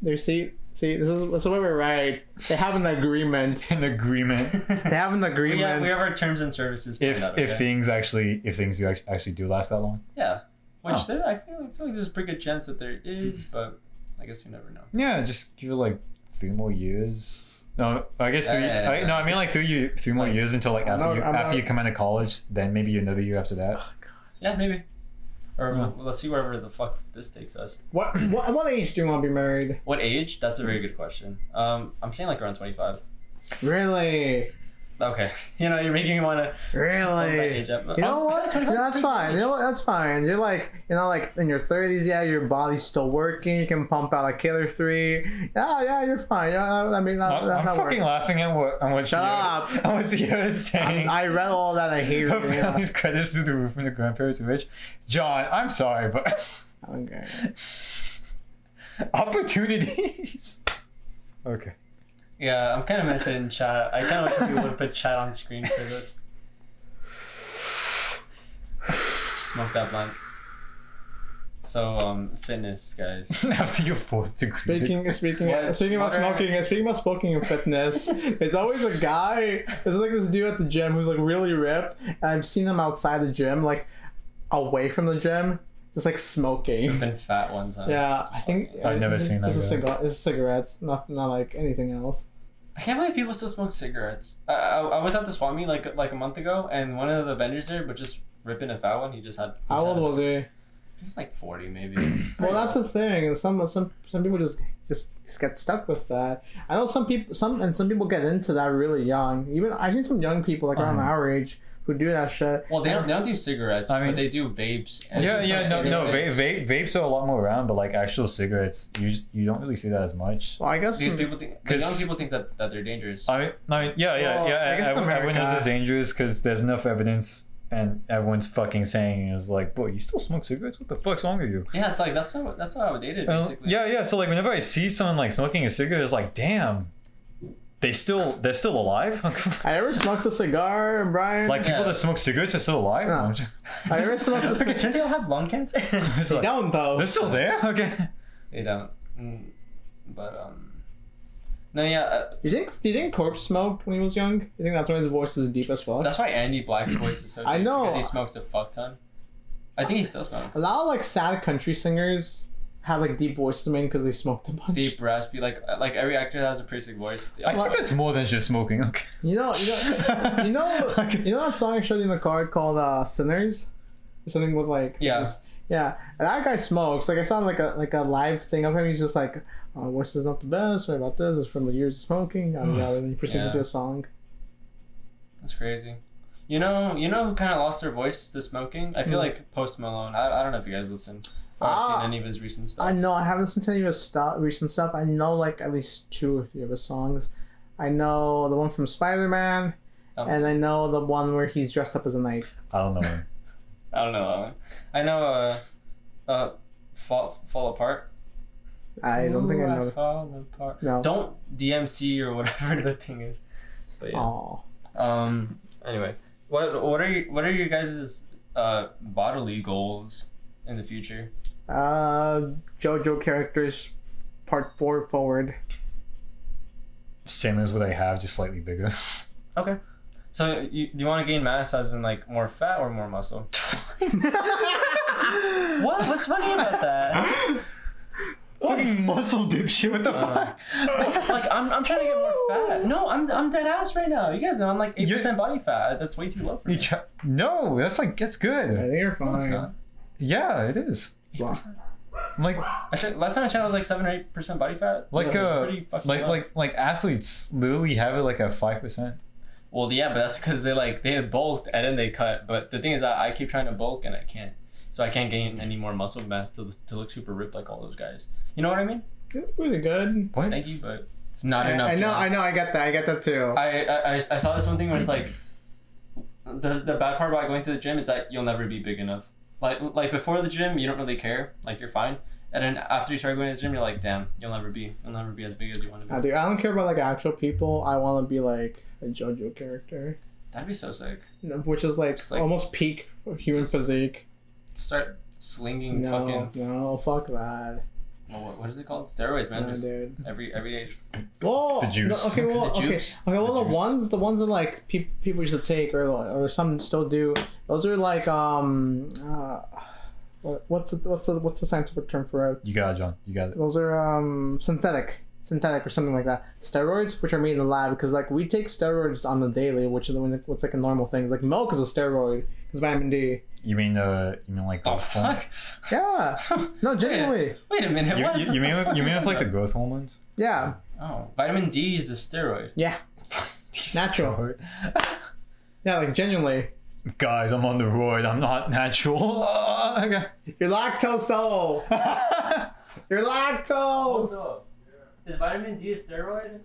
There, see, see, this is, this is where we're right. They have an agreement. An agreement. They have an we, agreement. have, we have our terms and services. planned If out, if okay? things actually if things do act- actually do last that long. yeah, which Oh. there, I, feel, I feel like there's a pretty good chance that there is, but I guess you never know. Yeah, just give it like three more years. No, I guess three. Yeah, yeah, yeah. I, no, I mean like three year, three more Like- years until like I'm after not- you I'm after not- Oh, you come out of college, then maybe another year after that. Yeah, maybe. Or Yeah. let's see wherever the fuck this takes us. What, what what age do you want to be married? What age? That's a very good question. Um, I'm saying like around 25. Really, Okay, you know you're making me want to. really. You know what? Yeah, that's fine. You know what? That's fine. You're like you're not like in your thirties. Yeah, your body's still working. You can pump out a killer three. Yeah, yeah, you're fine. Yeah, I mean, that, I'm, that, I'm that fucking works. laughing at what on what Shut Yoda, up. on what Yoda is saying. I read all that. I hate Her it. family's credits through the roof and the grandparents are rich. John, I'm sorry, but Okay. opportunities. Okay. Yeah, I'm kind of missing in chat. I kind of wish people would put chat on screen for this. Smoke that blunt. So, um, fitness, guys. After your fourth degree. Speaking speaking What? speaking about What? smoking and speaking about smoking and fitness, there's always a guy. There's like this dude at the gym who's like really ripped, and I've seen him outside the gym, like away from the gym, just like smoking. Been fat one time. Yeah, I think I've never I think seen that It's a guy. cigar. It's cigarettes, not not like anything else. I can't believe people still smoke cigarettes. I, I, I was at the Swami like like a month ago, and one of the vendors there was just ripping a fat one. He just had. How old was he? He's like forty, maybe. Well, that's the thing. and Some some some people just just get stuck with that. I know some people some and some people get into that really young. Even I've seen some young people like around Uh-huh. our age who do that shit. Well, they don't, they don't do cigarettes, I mean- but they do vapes. And Yeah, some yeah, no, no, vape, cigarettes. vape, vapes are a lot more around, but like actual cigarettes, you just- you don't really see that as much. Well, I guess These people think the young Cause- people think that, that they're dangerous. I mean, I mean yeah, yeah, Well, yeah. I guess in everyone, everyone knows America- it's dangerous because there's enough evidence, and everyone's fucking saying is like, "Bro, you still smoke cigarettes? What the fuck's wrong with you?" yeah, it's like that's how that's how outdated Uh, basically. yeah, yeah. So like, whenever I see someone like smoking a cigarette, it's like, damn, they still they're still alive. I ever smoked a cigar, Brian. like people Yeah. that smoke cigarettes are still alive. Yeah. I'm just- I ever smoked a Like, cigar. shouldn't they all have lung cancer? it's like, Don't though. they're still there. Okay. they don't. Mm, but um, no, yeah. Uh, You think? Do you think Corpse smoked when he was young? You think that's why his voice is deep as fuck? that's why Andy Black's voice is so. I deep, know. because he smokes a fuck ton. I think he still smokes a lot of like sad country singers have like deep voices, man, because they smoked a bunch. deep raspy like uh, like every actor that has a pretty sick voice. I think that's more than just smoking. Okay. You know, you know, you know, Okay. you know that song I showed you in the card called uh, "Sinners," or something with like Yeah. yeah. And that guy smokes. Like I saw like a like a live thing of him. He's just like, oh, "What's is not the best? What about this? It's from the years of smoking." Yada yada. And he proceeds Yeah. to do a song. That's crazy. You know, you know who kind of lost their voice to smoking? I feel Hmm. like Post Malone. I, I don't know if you guys listen. I haven't Ah. seen any of his recent stuff. I know I haven't listened to any of his stuff, recent stuff. I know like at least two or three of his songs. I know the one from Spider Man, Um, and I know the one where he's dressed up as a knight. I don't know. I don't know that one. I know. Uh, uh, fall fall apart. I don't think Ooh, I know. fall apart. No. Don't DMC or whatever the thing is. But yeah. Aw. Um. Anyway, what what are you what are your guys' uh bodily goals in the future? Uh, JoJo characters, part four forward. Same as what I have, just slightly bigger. Okay. So you, do you want to gain mass as in like more fat or more muscle? What? What's funny about that? Fucking muscle dipshit. What the fuck? Like I'm, I'm trying to get more fat. No, I'm I'm dead ass right now. You guys know I'm like eight You're- percent body fat. That's way too low for You me. try- no, that's like that's I good. think you're No, it's fine. not. Yeah, it is. Well, I'm like I checked, last time I checked, I was like seven or eight percent body fat. like Yeah, uh pretty fucking like low. like like athletes literally have it like a five percent. Well, yeah, but that's because they like they had bulked and then they cut. But the thing is, I, I keep trying to bulk and I can't, so I can't gain any more muscle mass to to look super ripped like all those guys. You know what I mean? you're really good. What? Thank you, but it's not I, enough. I know, John. I know, I get that, I get that too. I, I, I I saw this one thing where it's like the, the bad part about going to the gym is that you'll never be big enough. Like like before the gym, you don't really care, like you're fine. And then after you start going to the gym, you're like, damn, you'll never be, you'll never be as big as you want to I be. do. I don't care about like actual people. I want to be like a JoJo character, That'd be so sick. You know, which is like, Just, like- almost peak human physique. Start slinging No, fucking, no, fuck that, well, what, what is it called? Steroids, man. no, Just dude. every every day. Well, The juice. no, okay, well, The okay, juice. okay. Well, The the, juice. ones, the ones that like pe- people used to take, or or some still do. Those are like um, uh, what, what's the, what's the, what's the scientific term for it? You got it, John. You got it. Those are um synthetic. synthetic or something like that. Steroids, which are made in the lab, because like we take steroids on the daily, which is the one- what's like a normal thing. Like milk is a steroid, it's vitamin D. You mean uh, you mean like the Oh hormone- fuck! Yeah, no, genuinely, Wait a minute. You, what you, the you mean fuck with, you mean are with like the talking growth hormones? yeah, about? Oh, vitamin D is a steroid. yeah, Natural. yeah. Like genuinely, Guys, I'm on the roid. I'm not natural. Ah, okay. you're lactose though. You're lactose. up. Is vitamin D a steroid?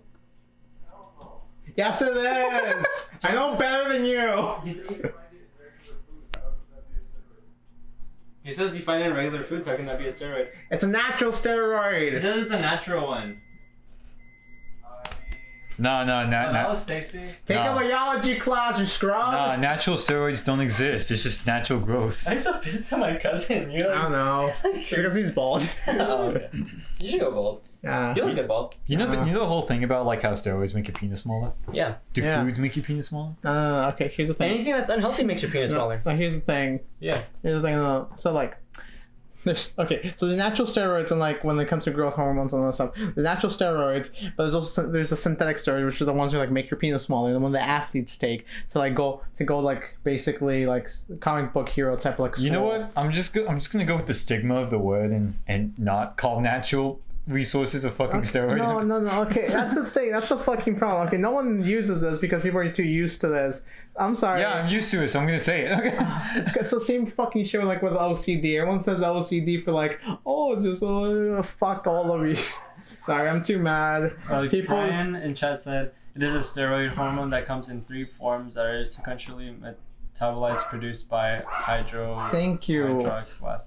Yes, it is. I know better than you. He's, he says you find it in regular foods. How can that be a steroid? It's a natural He steroid. says it's a natural one. no, no, na- Oh, na- that looks tasty. Take No. a biology class, you scrub. nah, natural steroids don't exist. It's just natural growth. I'm so pissed at my cousin. You're I don't like, know. because he's bald. oh, okay. You should go bald. Yeah. You look good bald. You know, the, Uh. you know the whole thing about like how steroids make your penis smaller. Yeah. Do Yeah. foods make your penis smaller? Uh, okay, here's the thing. Anything that's unhealthy makes your penis smaller. No, here's the thing. Yeah. Here's the thing. though. So like, there's okay. So there's natural steroids and like when it comes to growth hormones and all that stuff. There's natural steroids, but there's also there's the synthetic steroids, which are the ones who like make your penis smaller, the one that athletes take to like go to go like basically like s- comic book hero type like. You know swole. what? I'm just go- I'm just gonna go with the stigma of the word and and not call natural resources a fucking steroid. No, no, no. Okay, that's the thing. That's the fucking problem. Okay, no one uses this because people are too used to this. I'm sorry. Yeah, I'm used to it, so I'm gonna say it. Okay. It's the same fucking shit like with OCD. Everyone says OCD for like, oh, it's just uh, fuck all of you. Sorry, I'm too mad. Oh, People, Brian in chat said it is a steroid hormone that comes in three forms that are sequentially metabolites produced by hydro thank you. hydroxylase.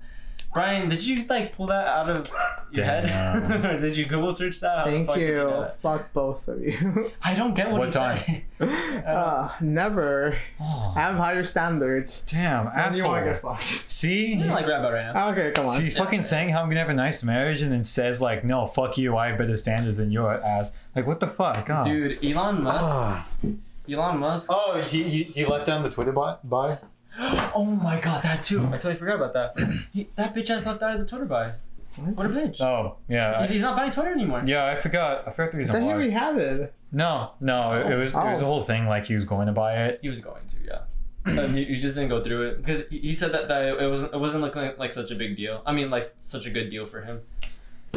Brian, did you like pull that out of your Damn. head? Or did you Google search that? How the Thank fuck did know you. that? Fuck both of you. I don't get what, What he's time? saying. uh, never Oh, have higher standards. damn, And you asshole. want to get fucked. See, I'm like rabbi right now. Okay, come See, on. he's fucking saying how I'm gonna have a nice marriage and then says like, no, fuck you, I have better standards than your ass. Like, what the fuck, oh. Dude, Elon Musk. Elon Musk. Oh, he, he he left down the Twitter bot Hmm. by. Oh my god, that too. I totally forgot about that. He, that bitch ass left out of the Twitter buy. What a bitch. Oh yeah, he's, I, he's not buying Twitter anymore. yeah. I forgot. I forgot the I reason thought you why. already had it. No, no. it- It was it was Oh. the whole thing. Like he was going to buy it. He was going to, yeah. Um, he, he just didn't go through it because he he said that, that it wasn't it wasn't looking like, like such a big deal. I mean, like such a good deal for him.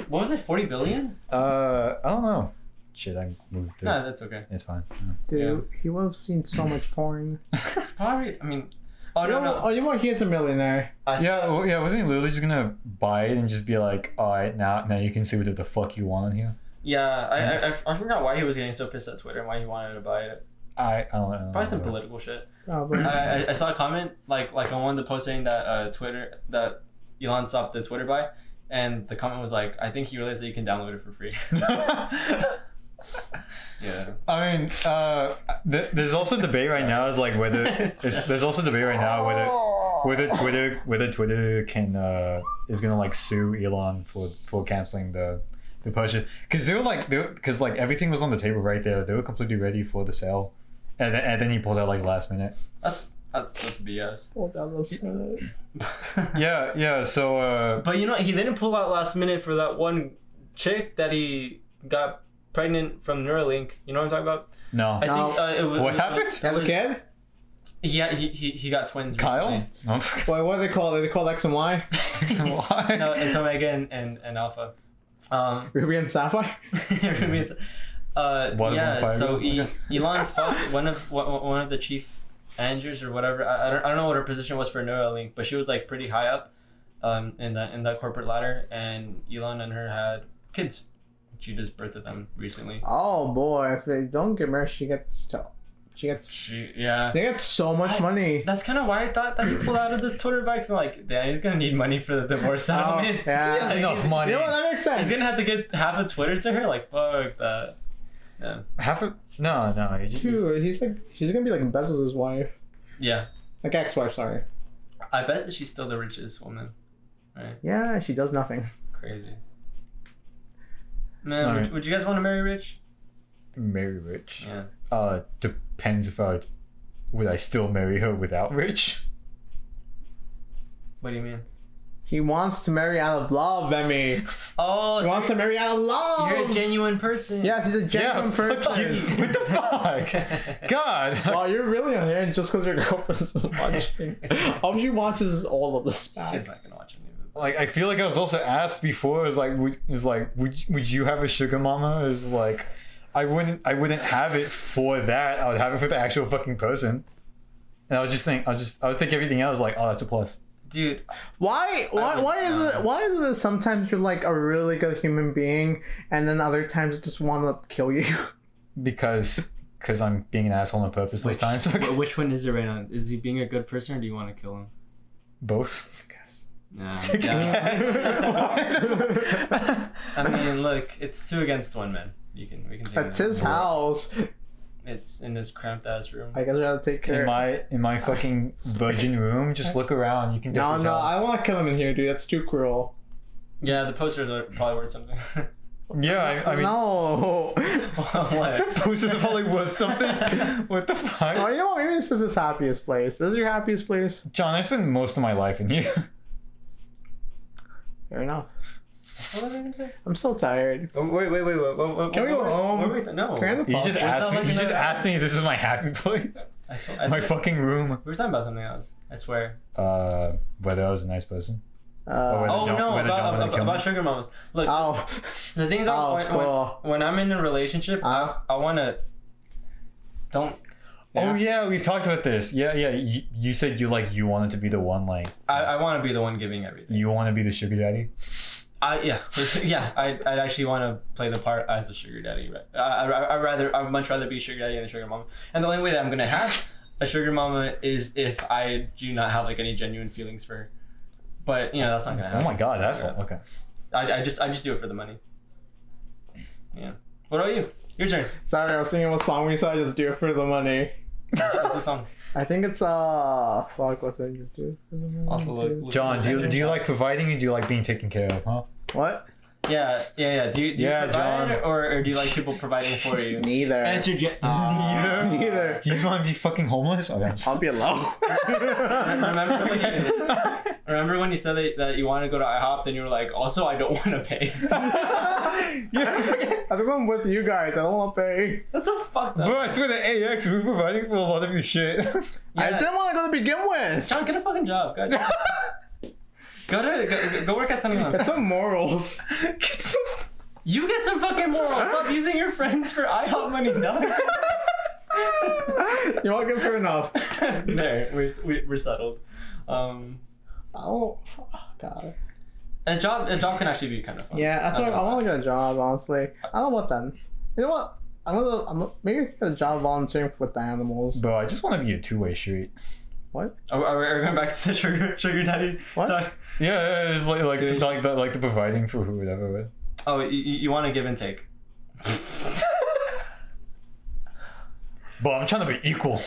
What was it, forty billion? Uh, I don't know. Shit, I moved through. No, that's okay. It's fine. Dude, he would have seen so much porn. Probably. I mean, oh You no, know, no. oh, you know, he is a millionaire. I, Yeah, well, yeah. Wasn't he literally just gonna buy it and just be like, all right, now now you can see what the fuck you want here. yeah. I, I- I f- I forgot why he was getting so pissed at Twitter and why he wanted to buy it. I I don't know. Probably some political shit. Probably. I, I- I saw a comment like like on one of the posts saying that uh, Twitter that Elon stopped the Twitter buy, and the comment was like, I think he realized that you can download it for free. yeah. I mean, uh, th- there's also debate right now is like whether there's, there's also debate right now whether whether Twitter whether Twitter can uh, is gonna like sue Elon for for canceling the the purchase because they were like they because like everything was on the table right there they were completely ready for the sale and then, and then he pulled out like last minute That's that's that's BS. Hold on, let's- yeah yeah so uh, But you know what? he didn't pull out last minute for that one chick that he got pregnant from Neuralink. You know what I'm talking about? no I No. think uh, it was What it was- happened? it As a was- kid? Yeah, he, he, he got twins. Kyle recently. no, Wait, what are they called? Are they called X and Y? why? No, it's Omega and, and, and Alpha. Um, Ruby and Sapphire? Ruby's- uh, One of them yeah, fired so him. E- Elon fucked one of one one of the chief managers or whatever. I, I don't I don't know what her position was for Neuralink, but she was like pretty high up, um, in that in that corporate ladder. And Elon and her had kids. She just birthed them recently. Oh boy, if they don't get married, she gets to, she gets She, yeah. they get so much I- money. That's kind of why I thought that he pulled out of the Twitter bike. And like, yeah, he's gonna need money for the divorce Oh, settlement. yeah. He has Like, enough he's- money. You know what? That makes sense. He's gonna have to get half of Twitter to her. Like, fuck that. half a no no you just- Dude, he's like she's gonna be like Bezos' wife, Yeah, like ex-wife. Sorry. I bet that she's still the richest woman. Yeah, she does nothing. Crazy. Man, Alright. would, would you guys want to marry rich? marry rich Yeah. uh depends if I would, would I still marry her without rich What do you mean? He wants to marry out of love, Emmy. Oh, He so wants to marry out of love. you're a genuine person. yes, he's a genuine fuck person. you. What the fuck? God. Wow, you're really on here just because your girlfriend's watching. Hope she watches all of this back. She's not gonna watch a new movie. like I feel like I was also asked before. Is like would is like would would you have a sugar mama? Is like I wouldn't I wouldn't have it for that. I would have it for the actual fucking person. And I would just think I was just I would think everything else like oh that's a plus. Dude, Why? Why? would- Why is uh, it? Why is it that sometimes you're like a really good human being, and then other times I just want to kill you? because because I'm being an asshole on purpose this time. So wh- which one is it right now? Is he being a good person or do you want to kill him? both. Nah. yeah. I mean, look, it's two against one, man. You can, we can. Take That's it. his house. It's in his cramped ass room. I guess I gotta take care. in my in my fucking virgin room, just look around. You can no, definitely no, tell. I don't want to kill him in here, dude. That's too cruel. Yeah, the posters are probably worth something. yeah, I, I mean, no. Oh, what? posters are probably worth something. what the fuck? oh, you know what? Maybe this is his happiest place. This is your happiest place. John, I spent most of my life in here. Fair enough. What was I gonna say? I'm so tired. Oh, Wait, wait, wait, wait. What, what, Can we what, go were- home? what were we th- no. Can I have the Oh, You just podcast? that asked me. like You just another- asked me. if This is my happy place. I told, I My told- fucking room. We were talking about something else. I swear. Uh, whether I was a nice person. Uh, Oh, Oh don't- no, whether don't about, wanna about, kill me. about sugar mamas. Look, oh, the thing is, oh, when, when- cool. when I'm in a relationship, Uh, I want to. Don't. Oh Yeah. yeah, we've talked about this. Yeah, yeah. You, you said you like you wanted to be the one like I, I want to be the one giving everything. you want to be the sugar daddy. I yeah yeah I I actually want to play the part as a sugar daddy. Right? I I I rather I'd much rather be sugar daddy than a sugar mama. And the only way that I'm gonna have a sugar mama is if I do not have like any genuine feelings for her. But you know that's not gonna Oh happen. my god, that's Yeah. okay. I, I just I just do it for the money. Yeah. What about you? Your turn. sorry, I was thinking what song we saw. I just do it for the money. What's the song? I think it's uh, fuck. What's it? Just do it for the money. Also, look, dude. look John, do you Center. do you like providing? Or do you like being taken care of? Huh? What? Yeah, yeah, yeah. Do you, do Yeah, you provide, John. Or, or do you like people providing for you? Neither. Answer, Jan. Neither. Neither. You just want to be fucking homeless? Okay. I'm sorry. I'll be alone. Remember when- Remember when you said that, that you want to go to IHOP, then you were like, also, I don't want to pay. I think I'm with you guys. I don't want to pay. That's so fucked up. Bro, I swear to AX, we're providing for a lot of your shit. I Yeah. didn't want to go to begin with. John, get a fucking job. God. Go to go, go work at Sunny Lounge. That's immorals. You get some fucking morals. Stop using your friends for IHOP money, dog. You're all good for enough. there, we're, we- we're settled. Um, Oh, God. a job a job can actually be kind of fun. Yeah, that's I'm what I not want gonna to get a job. Honestly, I don't want them. You know what? I'm gonna I'm, maybe get a job volunteering with the animals. Bro, I just want to be a two-way street. lie. Are, are we- are we going back to the sugar sugar daddy? What? talk? Yeah, yeah, yeah, it's like like Dude. like the, like the providing for whoever. right? Oh, you, you want to give and take. But I'm trying to be equal.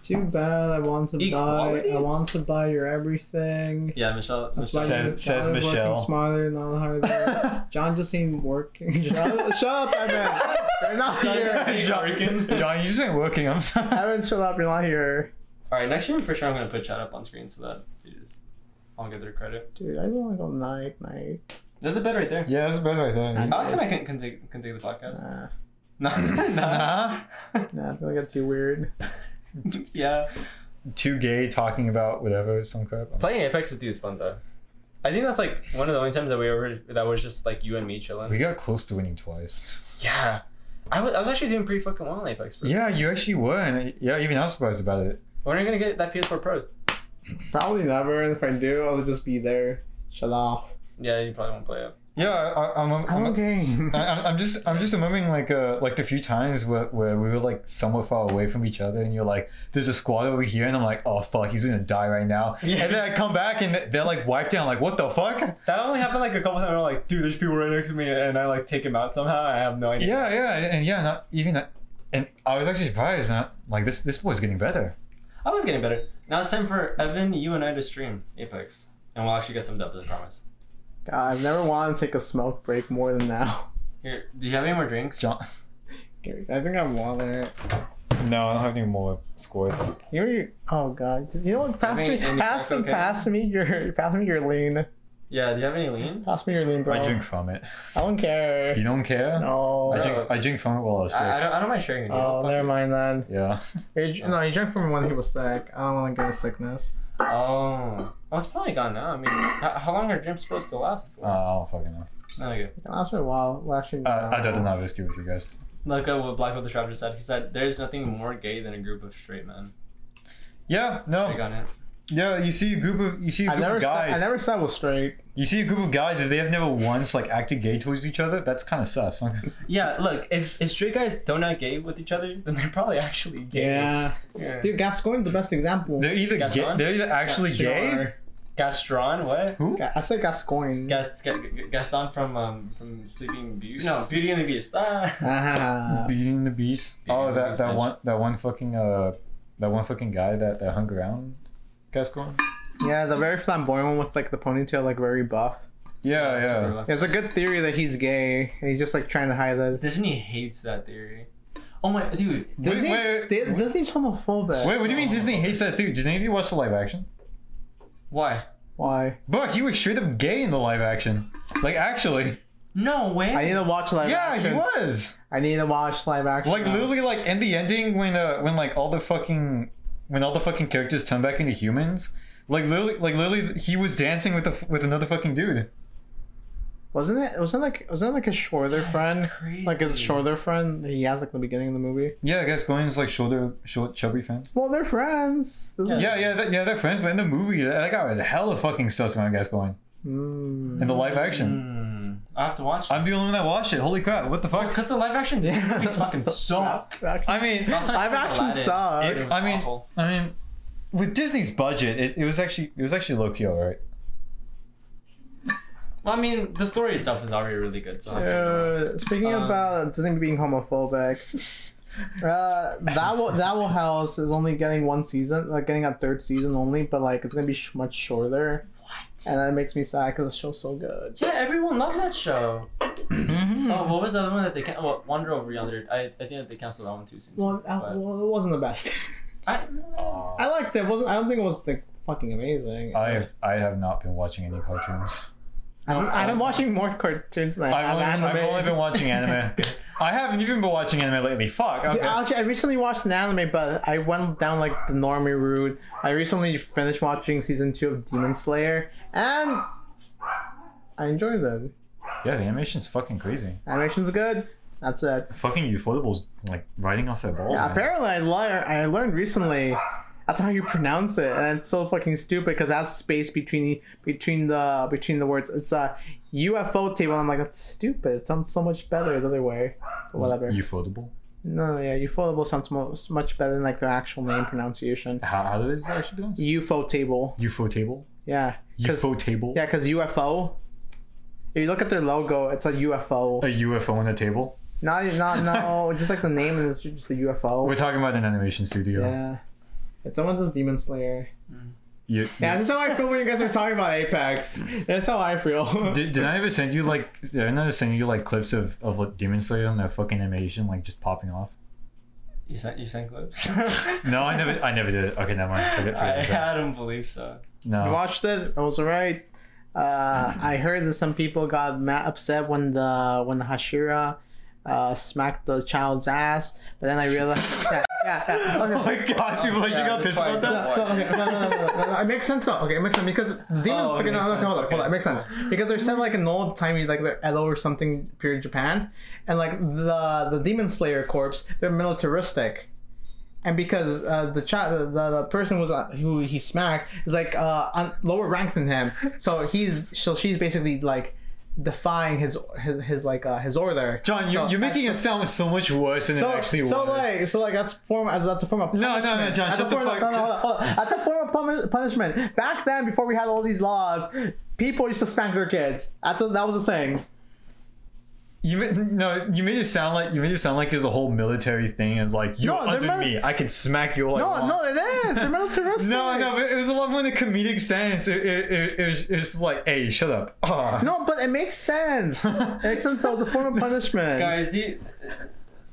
Too bad. I want to Equality? buy. I want to buy your everything. Yeah, Michelle. Michelle. Like, Says- John says is working Michelle. Smarter, not harder. John just ain't working. Shut shut up, Evan. You're not here. John, John, you just ain't working. I'm sorry. Evan, shut up. You're not here. All right, next year for sure I'm gonna put chat up on screen so that they just I'll get their credit. Dude, I just want to go night, night. There's a bed right there. Yeah, that's better right Alex and I can, can take can take the podcast. Nah, No, Nah. nah, that's gonna get too weird. yeah. Too gay talking about whatever some crap. Playing Apex with you is fun though. I think that's like one of the only times that we ever that was just like you and me chilling. We got close to winning twice. Yeah. I was, I was actually doing pretty fucking well on Apex. Bro. Yeah, you actually were, and I- yeah, even I was surprised about it. When are you gonna get that PS4 Pro? Probably never. And if I do, I'll just be there. Shut up. Yeah, you probably won't play it. Yeah, I, I'm, I'm, I'm I'm, okay. I- I'm, I'm just, I'm just remembering like, uh, like the few times where, where we were like somewhat far away from each other, and you're like, "There's a squad over here," and I'm like, "Oh fuck, he's gonna die right now." Yeah. And then I come back, and they're like wiped down. Like, what the fuck? That only happened like a couple times. I'm like, dude, there's people right next to me, and I like take him out somehow. I have no idea. Yeah, yeah, and- and yeah, not even that. And I was actually surprised. Not like this. This boy's getting better. I was getting better. Now it's time for Evan, you and I to stream Apex, and we'll actually get some dubs. I promise. God, I've never wanted to take a smoke break more than now. Here, do you have any more drinks? John, I think I want it. No, I don't have any more squirts. You're oh god. You know what? Pass Any- me, any pass, crack cocaine? pass me your, pass me your lean. Yeah, do you have any lean? Pass me your lean, bro. I drink from it. I don't care. You don't care? No. I drink- drink, I drink from it while I was sick. I, I, don't, I don't mind sharing it. Oh, never mind then. yeah. You dr- no, you drank from when he was sick. I don't want to get a sickness. Oh. Well, it's probably gone now. I mean, how, how long are gyms supposed to last? Uh, I don't fucking know. No, you're good. It lasts me a while. Well, actually, Uh, no. I don't know if it's good with you guys. Look at uh, what Black Hole Traveler said. He said, "There's nothing more gay than a group of straight men." Yeah, Big no. on it. Yeah, you see a group of you see a I group never, of guys. said, I never said I was straight. You see a group of guys if they have never once like acted gay towards each other, that's kind of sus. Like, Yeah, look, if, if straight guys don't act gay with each other, then they're probably actually gay. yeah. dude, Gascoigne's the best example. they're either That's gay, fine. they're either actually Sure. gay. Gastron, what? Who? Ga- I said Gascoigne. Gast, Ga- Ga- Gaston from um from Sleeping Beauty. No, Beauty and the Beast. Ah. Ah. Beating the Beast. Beauty oh, and the that Beast, that bitch. one that one fucking uh that one fucking guy that that hung around Gascoigne. yeah, the very flamboyant one with like the ponytail, like very buff. Yeah, Super yeah. left. It's a good theory that he's gay. And he's just like trying to hide that. Disney hates that theory. Oh my dude. Disney's, wait, Di- Disney's homophobic. Wait, what do you mean Disney hates that dude? Did any of you watch the live action? Why? Why? Buck, he was straight up gay in the live action. Like actually, No way. I need to watch live yeah, action. he was. I need to watch live action. Like literally, like in the ending when uh when like all the fucking when all the fucking characters turn back into humans, like literally, like literally, he was dancing with the with another fucking dude. Wasn't it? Wasn't like? Wasn't like his shorter friend? crazy. Like his shorter friend that he has like in the beginning of the movie. Yeah, I guess Glen's like shorter, short, chubby fan. Well, they're friends. This is- Yeah, yeah, that, yeah, they're friends, but in the movie, that, that guy was hella fucking sus when I guess going Mm. in the live action. Hmm. I have to watch. I'm the only one that watched it. Holy crap! What the fuck? Because the live action Disney Yeah. movies fucking suck. I mean, Last time I Live tried action Aladdin, sucks. it was I mean, awful. I mean, with Disney's budget, it, it was actually it was actually low key alright. Well, I mean, the story itself is already really good. So I have to- Uh, speaking Um, about Disney being homophobic, uh, that will that will house is only getting one season, like getting a third season only, but like it's gonna be sh- much shorter, what? and that makes me sad because the show's so good. Yeah, everyone loves that show. Oh, what was the other one that they can? Well, Wonder Over Yonder. I, I think that they canceled that one too soon. Well, I, But- well, it wasn't the best. I, I liked it. it. wasn't I don't think it was like fucking amazing. I have, I have not been watching any cartoons. I've, been- I've been I- watching more cartoons than I I've have only, anime. I've only been watching anime. I haven't even been watching anime lately. Fuck. Dude, Okay. Actually, I recently watched an anime, but I went down like the normie route. I recently finished watching season two of Demon Slayer, and I enjoyed it. Yeah, the animation's fucking crazy. Animation's good. That's it. Fucking ufotables like riding off their balls. man. Apparently, I learned I learned recently. That's how you pronounce it, and it's so fucking stupid because that's space between between the between the words. It's a UFO table. I'm like, that's stupid. It sounds so much better the other way. But whatever. Ufotable. no, no, yeah, UFO sounds mo- much better than like the actual name pronunciation. How, how does it actually pronounce? UFO table. Ufotable. Yeah. 'Cause- Ufotable. Yeah, because UFO. If you look at their logo, it's a UFO. A UFO on a table. Not, not, no, just like the name is just a UFO. We're talking about an animation studio. Yeah. It's someone does Demon Slayer. You- Yeah, you- this is how I feel when you guys were talking about Apex. That's how I feel. did, did I ever send you like did I never send you like clips of, of like, Demon Slayer and their fucking animation like just popping off? you sent you sent clips. No, I never I never did it. Okay, never mind. Forget, I, forget that. I don't believe so. I No. watched it. It was alright. Uh, I heard that some people got ma- upset when the when the Hashira uh, smacked the child's ass, but then I realized. yeah, yeah, yeah. Okay. Oh my god, people actually Yeah, got this pissed fight- about that. No, okay, no, no, no, no, no, no, It makes sense though. Okay, it makes sense because the demon. Oh, it okay, makes no, no, okay, sense, hold on, hold on. It okay. makes sense because they're set like an old timey, like the Edo or something period Japan, and like the the demon slayer corpse, they're militaristic, and because uh, the child, the, the person was uh, who he smacked is like uh, on lower rank than him, so he's so she's basically like defying his his, his like uh, his order. John, you, So you're that's making it sound so much worse than so, it actually so was. like so like that's form as that's a form of no, no, punishment. John, That's shut a the form of- fuck- no, no, shut- hold on, hold on. That's a form of pun- punishment. Back then, before we had all these laws, people used to spank their kids. That's a, that was a thing. You ma- no, you made it sound like you made it sound like it was a whole military thing. It was like you're No, they're under mil- me. I can smack you all I No, want. no, it is. They're militaristic. no, no, but it was a lot more in a comedic sense. It, it, it, it was it was like, hey, shut up. Ah. No, but it makes sense. it makes sense. That was a form of punishment. Guys, you,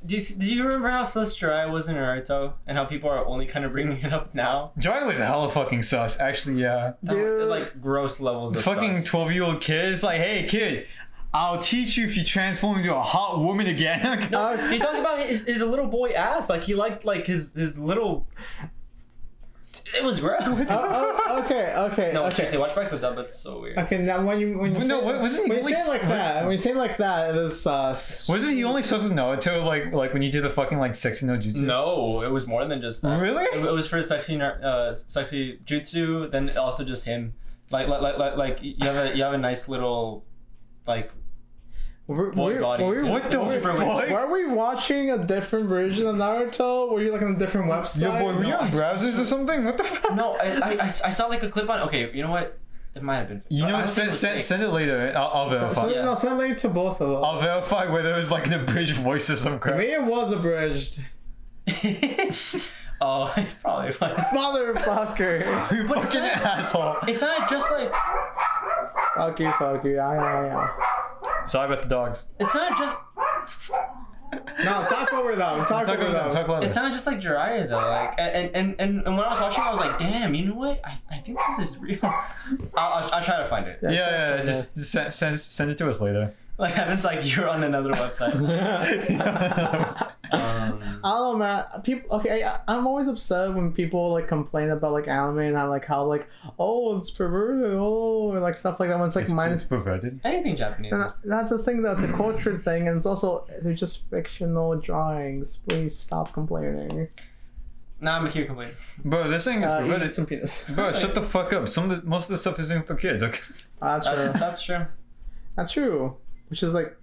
do you, do you remember how Sister I was in Naruto and how people are only kind of bringing it up now? Joy was hella fucking sus. Actually, yeah. That were, uh, Dude. like gross levels of fucking sus. 12 year old kid. It's like, hey, kid, I'll teach you if you transform into a hot woman again. Uh, he talks about his, his little boy ass. Like he liked like his his little. It was gross. oh, oh, okay, okay, no, okay. seriously, watch back the dub. It's so weird. Okay, now when you when you Well, say, no, wa- wasn't he when you only say it like s- that, wasn't- when you say it like that, it is uh. Wasn't he only supposed to Naruto like like when you did the fucking like sexy no jutsu? No, it was more than just that. Really? It, it was for sexy, nar- uh, sexy jutsu. Then also just him. Like, like, like, like, like you have a you have a nice little, like, Were- Boy were- body. were we- What the were- fuck? Were we watching a different version of Naruto? Were you like on a different website? Yo, boy, were you No. on browsers or something? What the fuck? No, I, I, I, I saw like a clip on. Okay, you know what? It might have been. You I know, don't think it what? send, was send, fake. send it later. I'll, I'll verify. So, Yeah. No, send link to both of them. I'll verify whether it was like an abridged voice or some crap. Maybe it was abridged. oh, it probably was. Motherfucker. You fucking asshole. It's not just like fuck you, fuck you. Yeah, yeah, Sorry about the dogs. it's not just yeah. No, talk over them. Talk, Talk over them. about them. Talk about it them. sounded just like Jiraiya though. Like and and, and and when I was watching, I was like, damn, you know what? I, I think this is real. I'll, I'll, I'll try to find it. Yeah, talk yeah, over yeah. Just, just send, send send it to us later. Like happens like you're on another website. um, I don't know, man. People, okay, I, I'm always upset when people like complain about like anime and I'm like how like oh it's perverted, oh or like stuff like that. When it's like it's, minus it's perverted. anything Japanese. And that's the thing, though. It's a culture thing, and it's also they're just fictional drawings. Please stop complaining. Nah, I'm a huge complainer. Bro, this thing is Uh, eat perverted. some penis. Bro, shut the fuck up. Some of the most of the stuff is in for kids. Okay. That's That's true. that's true. That's true. Which is like,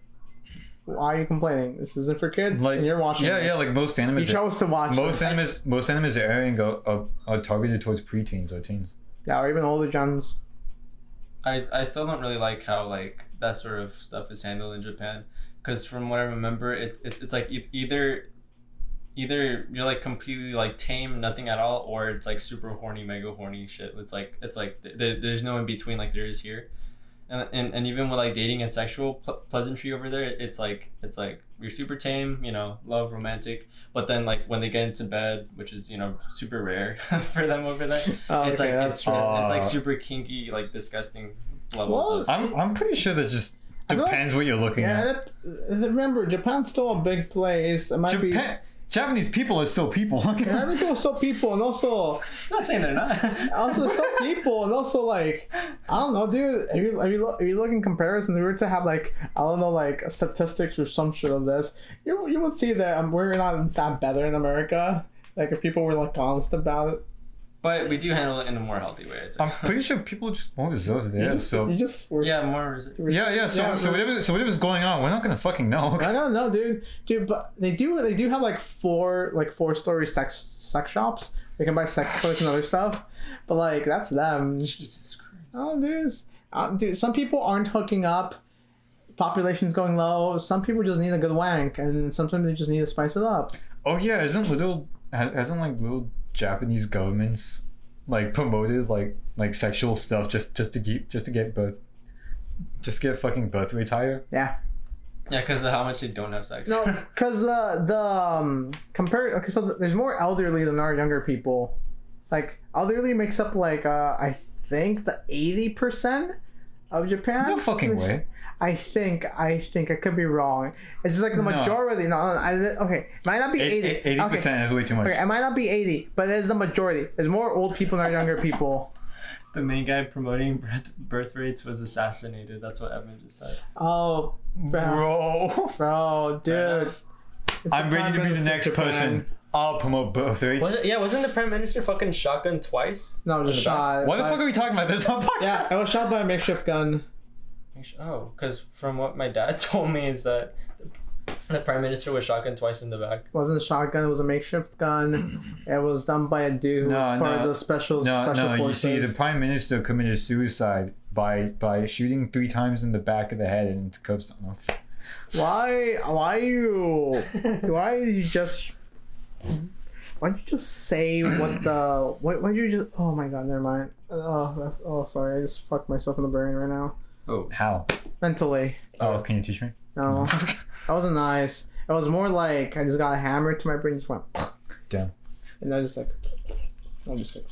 why are you complaining? This isn't for kids, Like and you're watching. Yeah, this. yeah. Like most animes. you chose to watch. most this. animes. Most animes are airing are, are, are targeted towards preteens or teens. Yeah, or even older gens. I, I still don't really like how like that sort of stuff is handled in Japan because from what I remember it, it it's like e- either either you're like completely like tame nothing at all or it's like super horny mega horny shit it's like it's like th- there there's no in between like there is here and, and, and even with like dating and sexual pl- pleasantry over there it's like it's like you're super tame you know love romantic but then like when they get into bed which is you know super rare for them over there Oh, it's okay, like that's it's, true. it's- it's, like Uh, super kinky, like disgusting levels Well, of. I'm I'm pretty sure that just I feel like- depends what you're looking yeah, at. that, remember, Japan's still a big place. It might be. Japan, Japanese people are still people. And everything was so people, and also, I'm not saying they're not. also so people, and also like, I don't know, dude. If you if you, look, if you look in comparisons, if we were to have like I don't know, like statistics or some shit of this, you you would see that um, we're not that better in America. Like if people were like honest about it, but we do handle it in a more healthy way. It's I'm pretty sure people are just more reserved there. you So just were. yeah, more. res- yeah, yeah. So Yeah, so we're- whatever so whatever's going on, we're not gonna fucking know. I don't know, dude. Dude, but they do they do have like four like four story sex sex shops. They can buy sex toys and other stuff, but like that's them. Jesus Christ. Oh, there's, uh, dude. Some people aren't hooking up. Population's going low. Some people just need a good wank, and sometimes they just need to spice it up. Oh yeah, isn't little has- hasn't like little Japanese governments like promoted like like sexual stuff just just to keep just to get birth just get fucking birth rates higher? Yeah. Yeah, because of how much they don't have sex. No, because the the um, compared. Okay, so th- there's more elderly than our younger people. Like elderly makes up like uh, I think the eighty percent of Japan. No fucking which- way. I think I think I could be wrong. It's just like the No. majority. No, I okay. Might not be eighty. Eighty Okay. percent is way too much. Okay, it might not be 80, but it is the majority. There's more old people than younger people. The main guy promoting birth, birth rates was assassinated. That's what Evan just said. Oh, bro, Bro, bro dude. enough. It's I'm the ready to Prime be Minister the next of Japan. person. I'll promote birth rates. yeah, wasn't the prime minister fucking shotgun twice? No, I'm just shot. Why the by- fuck are we talking about this on podcast? Yeah, I was shot by a makeshift gun. Oh, because from what my dad told me is that the prime minister was shotgun twice in the back. It wasn't a shotgun, it was a makeshift gun. It was done by a dude who No, was part no. of the special No, special no. You forces. see, the prime minister committed suicide by by shooting three times in the back of the head and into curbstone. off. Why why you why did you just why don't you just say what the why why you just oh my god, never mind. Oh, that- oh sorry, I just fucked myself in the brain right now. Oh, How? Mentally. Oh, can you teach me? No. that wasn't nice. It was more like I just got hammered to my brain, just went, Damn. and I just like, I'm just like,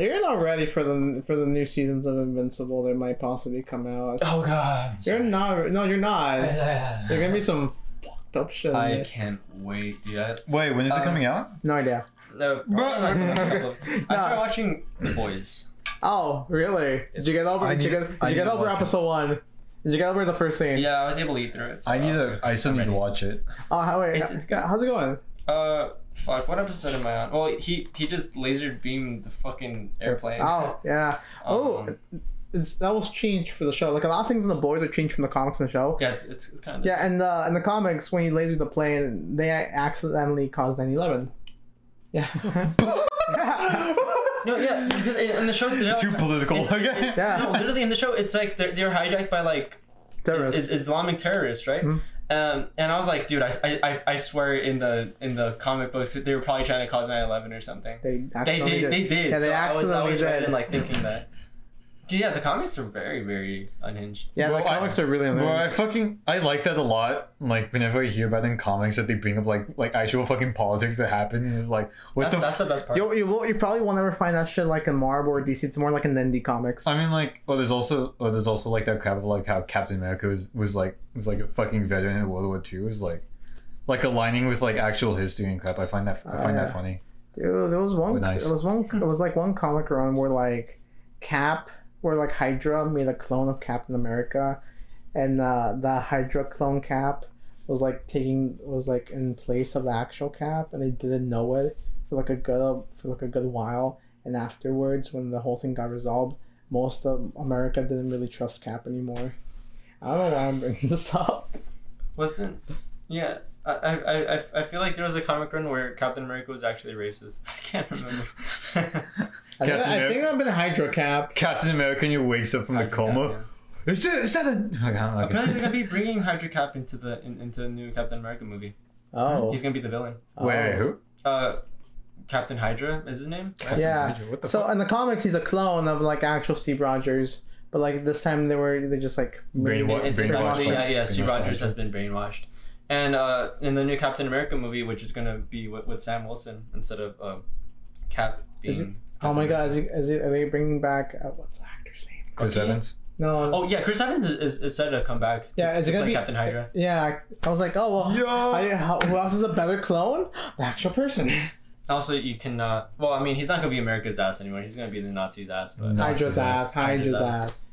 you're not ready for the for the new seasons of Invincible that might possibly come out. Oh god. You're not. No, you're not. There's I gonna be some fucked up shit. in it. can't wait, dude. I, Wait, when is Uh, it Um, coming out? No idea. no, probably not the next couple of- I started watching The Boys. Oh, really? Did you get over? I Did you need- get? Did I you get need to over watch it. episode one? Did you get over the first scene? Yeah, I was able to eat through it. so- I need to. I still need to watch it. Oh, how wait. It's- it's good. How's it going? Uh, fuck. What episode am I on? Well, he he just laser beamed the fucking airplane. Oh, yeah. Oh, Um, it's that was changed for the show. Like a lot of things in the boys are changed from the comics and the show. yeah, it's it's, it's kind of. Yeah, and uh, in the comics, when he lasered the plane, they accidentally caused 9/11. Yeah. No, yeah, because in in the show, they're not- Too political. It's- it- Okay. it- Yeah. No, literally in the show, it's like they're, they're hijacked by like is, Terrorists. Mm-hmm. is Islamic terrorists, right? Um, and I was like, dude, I, I, I swear in the in the comic books that they were probably trying to cause 9-11 or something. They They accidentally they, did. they did. Yeah, they so I was- I accidentally was, right did. in, like thinking that. Dude, yeah, the comics are very very unhinged. yeah, Bro, the I- comics are really Bro, I amazing. fucking I like that a lot. Like whenever I hear about it in comics that they bring up like like actual fucking politics that happen, and it's like That's what the. that's F- the best part. You, you, won't- you probably won't ever find that shit like in Marvel or DC. It's more like in the indie comics. I mean, like, oh, there's also, oh, there's also like that crap of like how Captain America was was like was like a fucking veteran in World War Two is like, like aligning with like actual history and crap. I find that I find Oh, yeah. that funny. Dude, there was one. nice. There was one. It was like one comic run where like Cap, where like Hydra made a clone of Captain America, and uh, the Hydra clone Cap was like taking was like in place of the actual Cap, and they didn't know it for like a good uh, for like a good while. And afterwards, when the whole thing got resolved, most of America didn't really trust Cap anymore. I don't know why I'm bringing this up. Wasn't yeah. I, I, I, I feel like there was a comic run where Captain America was actually racist. I can't remember. I think, Captain I America- think I've been Hydra Cap. Captain America and you wakes up from the coma. Is that, is that a? Okay, I'm not Apparently gonna- they're gonna be bringing Hydra Cap into the in, into the new Captain America movie. Oh, He's gonna be the villain. oh. Wait, wait, who? Uh, Captain Hydra is his name. right? Yeah. Hydra, what the so uh, fuck? in the comics, he's a clone of like actual Steve Rogers, but like this time they were they just like made- Brainwa- It- it's brainwashed actually by- yeah, yeah. Steve brainwashed by Rogers Hydra. has been brainwashed, and uh, in the new Captain America movie, which is gonna be with, with Sam Wilson instead of uh, Cap being. Is Oh my god, is he, is he, are they bringing back uh, what's the actor's name? Chris Okay. Evans. No. Oh yeah, Chris Evans is, is, is said to come back. To, Yeah, is to it gonna play be- Captain Hydra? Yeah, I, I was like, oh well. Yo! I, how, who else is a better clone? The actual person. Also, you cannot. Well, I mean, he's not gonna be America's ass anymore. He's gonna be the Nazi's ass. But No. Hydra's Nazis. ass. Hydra's Hydra's ass.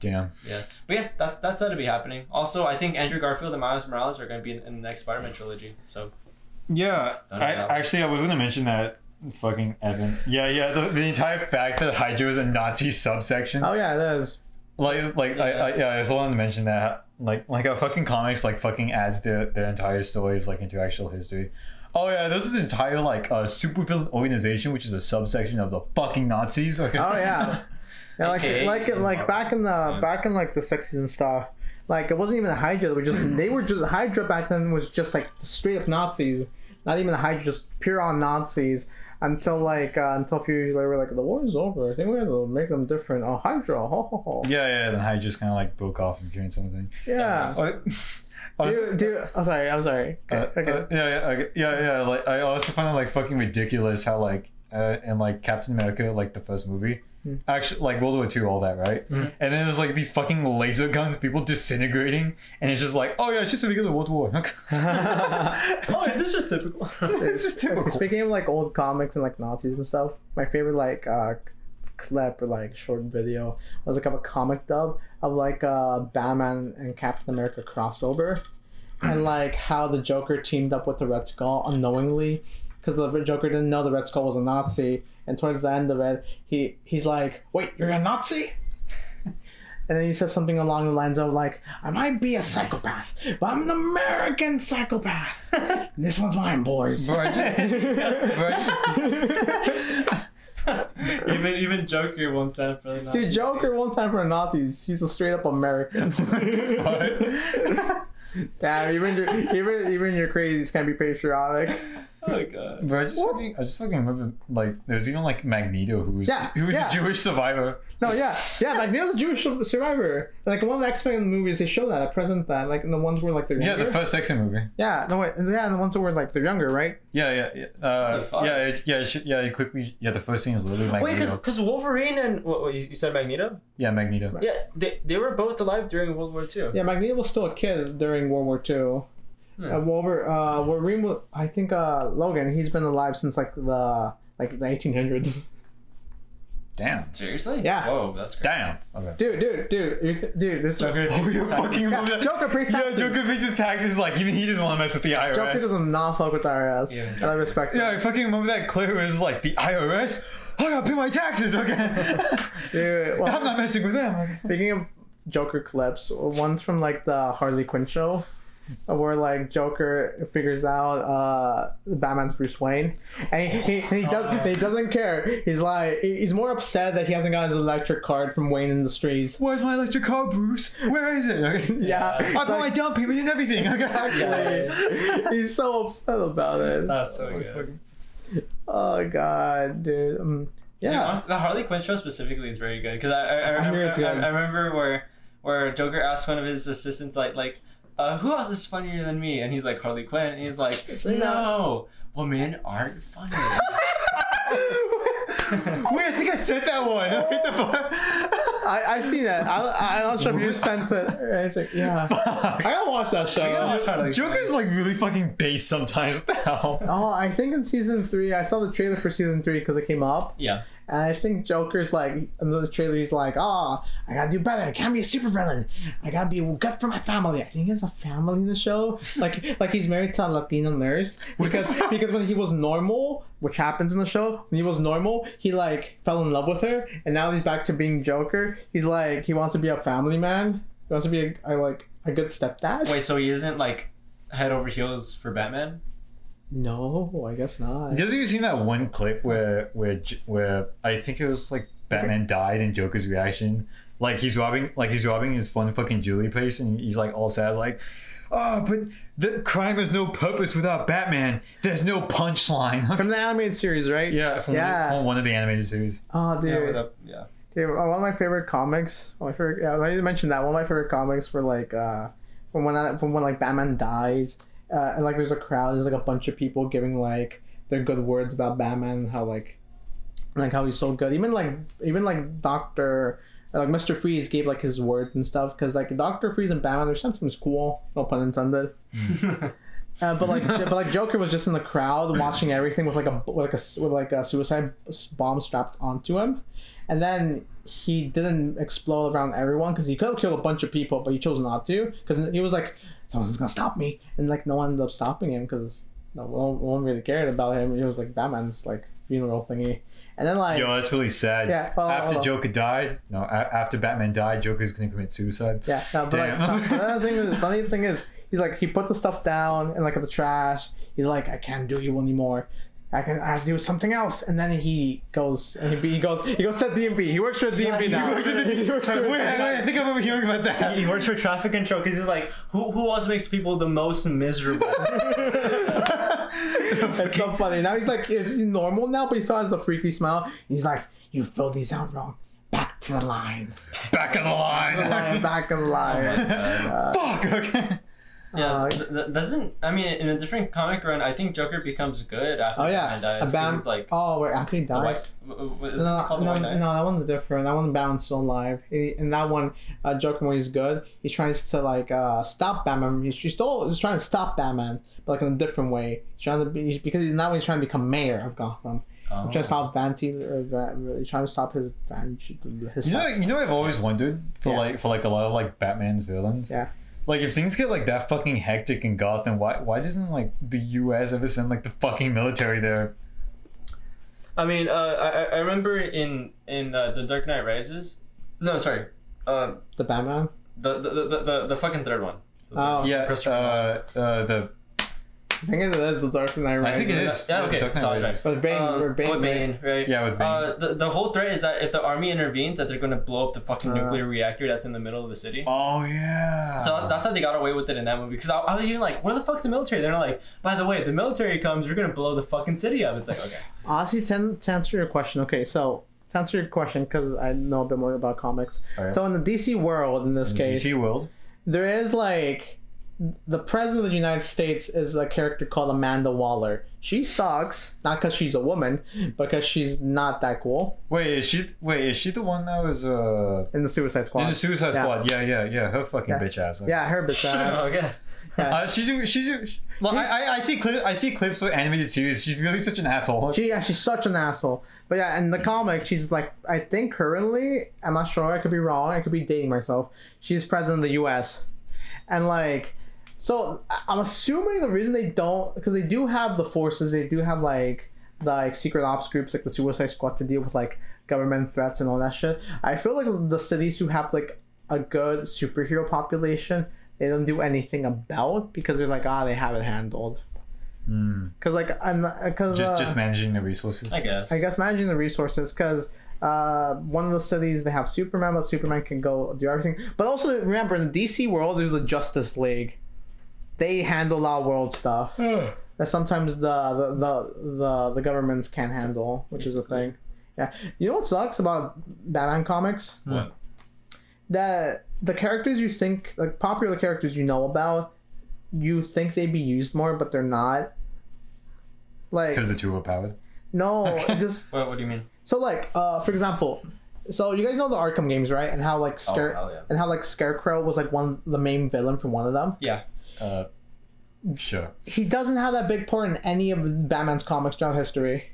Damn. yeah, but yeah, that's that's said to be happening. Also, I think Andrew Garfield and Miles Morales are gonna be in, in the next Spider-Man trilogy. So Yeah, Don't know I that one. actually I was gonna mention that fucking Evan. Yeah, yeah. The, the entire fact that Hydra is a Nazi subsection, Oh yeah, it is. like, like I, I, yeah, I just wanted to mention that, like, like a fucking comics, like, fucking adds their their entire stories like into actual history. Oh yeah, this is an entire like uh, supervillain organization, which is a subsection of the fucking Nazis. Okay. Oh yeah. Yeah, like AKA like in like Marvel. back in the Yeah. back in like the sixties and stuff. Like it wasn't even a Hydra. They were just they were just Hydra back then was just like straight up Nazis. Not even a Hydra, just pure on Nazis. Until like uh, until a few years later, we're like the war is over. I think we have to make them different. Oh Hydra, ho ho ho. yeah, yeah. Then Hydra just kind of like broke off and became something. Yeah. Oh, Dude, dude, I'm oh, sorry. I'm sorry. Uh, Okay. uh, okay. yeah, yeah, okay. yeah, yeah. Like, I also find it like fucking ridiculous how like uh, in like Captain America, like the first movie, Hmm. actually like World War Two, all that, right? And then there's like these fucking laser guns, people disintegrating, and it's just like, oh yeah, it's just a regular World War. Okay. oh, yeah, this is typical. it's just Okay, typical. Speaking of like old comics and like Nazis and stuff, my favorite like uh, clip or like short video was like of a comic dub of like uh, Batman and Captain America crossover, and like how the Joker teamed up with the Red Skull unknowingly, because the Joker didn't know the Red Skull was a Nazi, and towards the end of it, he he's like, "Wait, you're a Nazi." And then he says something along the lines of like, "I might be a psychopath, but I'm an American psychopath. this one's mine, boys." Bro, I just, bro, I just, even even Joker won't stand for the Nazis. Dude, Joker won't stand for the Nazis. He's a straight up American. Damn, even your even even your crazies can be patriotic. Oh god. Bro, I just fucking, I just fucking remember, like, there's even like Magneto, who was Yeah, who was yeah. a Jewish survivor. No, yeah, yeah. Magneto's a Jewish sur- survivor. Like one of the X Men movies, they show that, I present that, like in the ones where like they're Yeah, younger. the first X Men movie. yeah, no, wait, yeah, and the ones where like they're younger, right? Yeah, yeah, yeah, The uh, fuck? yeah, it, yeah, it should, yeah. It quickly, yeah, the first scene is literally Wait, Magneto. because Wolverine and what, what you you said Magneto? yeah, Magneto. Yeah, they, they were both alive during World War II. Yeah, Magneto was still a kid during World War Two. Hmm. Uh, Wolver, uh, Wolverine, wa- I think uh, Logan, he's been alive since like the like the eighteen hundreds. Damn, Seriously? Yeah. Whoa, that's crazy. damn. Okay. Dude, dude, dude, you th- dude, this Joker. Oh, you fucking Yeah, remember that? Joker pre Yeah, Joker Peter's Pax is like even he doesn't want to mess with the IRS. Joker doesn't not fuck with the IRS. Yeah. and I respect. yeah, that. I fucking remember that clip. It was like the IRS. I gotta pay my taxes. Okay, dude. Well, I'm not messing with them. Okay. Speaking of Joker clips, one's from like the Harley Quinn show, where like Joker figures out uh Batman's Bruce Wayne, and he, he, he Oh, does he doesn't care. He's like he- he's more upset that he hasn't gotten his electric card from Wayne Industries. Where's my electric car, Bruce? Where is it? Okay. Yeah, I it's got my like- down payment and everything. Okay. exactly. he's so upset about it. Uh, That's so good. Oh god, dude. Um, Dude, yeah, honestly, the Harley Quinn show specifically is very good because I I, I, I hear remember, it's good. I, I remember where where Joker asked one of his assistants like like uh, who else is funnier than me and he's like Harley Quinn and he's like like, no women aren't funny. Wait, I think I sent that one. What the fuck? I I've seen that. I I'm not sure if you sent it or anything. Yeah, I gotta watch that show. Oh, Joker's like really fucking base sometimes. What the hell? Oh, I think in season three, I saw the trailer for season three because it came up, yeah. and I think Joker's like in the trailer, he's like, "Ah, I gotta do better. I can't be a super villain. I gotta be good for my family." I think it's a family in the show, like like he's married to a Latino nurse because because when he was normal, which happens in the show, when he was normal, he like fell in love with her, and now he's back to being Joker. He's like he wants to be a family man. He wants to be a, a like a good stepdad. Wait, so he isn't like head over heels for Batman? No, I guess not. You guys even seen that one clip where where J- where I think it was like Batman died and Joker's reaction, like he's robbing like he's robbing his fun fucking jewelry place and he's like all sad like, oh, but the crime has no purpose without Batman. There's no punchline. From the animated series, right? yeah, from, Yeah. from one of the animated series. Oh, dude. Yeah. with a- yeah. Dude, uh, one of my favorite comics. My favorite. Yeah, I mentioned that. One of my favorite comics were like uh, from when I, from when like Batman dies, uh, and like there's a crowd. There's like a bunch of people giving like their good words about Batman and how like like how he's so good. Even like even like Doctor like Mister Freeze gave like his words and stuff because like Doctor Freeze and Batman there's sometimes cool. No pun intended. Uh, but like, but like, Joker was just in the crowd watching everything with like a with like a with like a suicide bomb strapped onto him, and then he didn't explode around everyone because he could have killed a bunch of people, but he chose not to because he was like, "Someone's gonna stop me," and like no one ended up stopping him because no, no one- no one really cared about him. It was like Batman's like funeral thingy, and then like Yo, that's really sad. Yeah, hold on, after hold on. Joker died, no, a- after Batman died, Joker's gonna commit suicide. Yeah, no, but like, Damn. but the other thing is, the funny thing is, he's like, he put the stuff down and like the trash. He's like, I can't do you anymore. I can, I do something else. And then he goes, and he, he goes, he goes to DMV. He works for DMV now. Wait, He works for- wait, I think I remember hearing about that. He works for traffic control because he's like, who, who else makes people the most miserable? It's so funny. Now he's like, is he normal now? But he still has the freaky smile. He's like, you filled these out wrong. Back to the line. Back on the Line, line. back in the Oh line. Fuck. Okay. yeah, Uh, th- th- doesn't I mean in a different comic run, I think Joker becomes good after Oh yeah, Batman dies. 'cause Bam- uh, it's like oh, wait, after he dies. the white. w- w- Is No, it called the no, White Knight? no, that one's different. That one Batman's still alive. He- In that one, uh, Joker when he's good, he tries to like uh, stop Batman. He's, he's still he's trying to stop Batman, but like in a different way. He's trying to be because he's now he's trying to become mayor of Gotham. Oh. He's trying to stop Vanity, or Va- he's trying to stop his vanity. His You know, stuff. you know, I've always wondered for Yeah. like for like a lot of like Batman's villains. Yeah. Like if things get like that fucking hectic in Gotham, why why doesn't like the U.S. ever send like the fucking military there? I mean, uh, I, I- I remember in in uh, the Dark Knight Rises. No, sorry, uh, the Batman. the, the, the the the fucking third one. The third Oh. one. Yeah. Christopher Uh, uh, the I think it is the Dark Knight I Rises. think it is. Yeah, okay. Dark Knight Sorry, Rises. guys. With Bane, Um, with Bane, with Bane, right? Yeah, with Bane. Uh, the, the whole threat is that if the army intervenes, that they're going to blow up the fucking Uh. nuclear reactor that's in the middle of the city. Oh yeah. So that's how they got away with it in that movie. Because I, I was even like, where the fuck's the military? They're like, by the way, if the military comes, we're going to blow the fucking city up. It's like, okay. Honestly, to, to answer your question, okay, so to answer your question, because I know a bit more about comics. Alright. So in the DC world, in this case, DC World. there is like the president of the United States is a character called Amanda Waller. She sucks, not because she's a woman, because she's not that cool Wait, is she? Wait, is she the one that was uh in the Suicide Squad. in the Suicide Yeah. Squad? Yeah, yeah, yeah. Her fucking Yeah. bitch ass. Okay. yeah, her bitch ass. okay. Uh, she's a, she's. A, well, I, I I see clips. I see clips with animated series. She's really such an asshole. She yeah, she's such an asshole. But yeah, in the comic, she's like I think currently, I'm not sure, I could be wrong, I could be dating myself. She's president of the US. And like so I- I'm assuming the reason they don't because they do have the forces, they do have like the like secret ops groups like the Suicide Squad to deal with like government threats and all that shit. I feel like the cities who have like a good superhero population, they don't do anything about because they're like, ah, they have it handled. Cause like I'm, cause Hmm. just uh, just managing the resources. I guess. I guess managing the resources because uh, one of the cities they have Superman, but Superman can go do everything. But also remember, in the DC world, there's the Justice League. They handle our world stuff that sometimes the the, the the the governments can't handle, which is a thing. Yeah, you know what sucks about Batman comics? What? That the characters you think like popular characters you know about, you think they'd be used more, but they're not. Like Because they're too overpowered. no, just What, what do you mean? so like, uh, for example, so you guys know the Arkham games, right? And how like Scare Oh, hell yeah. and how like Scarecrow was like one the main villain from one of them. Yeah. Uh, sure. He doesn't have that big part in any of Batman's comics throughout history.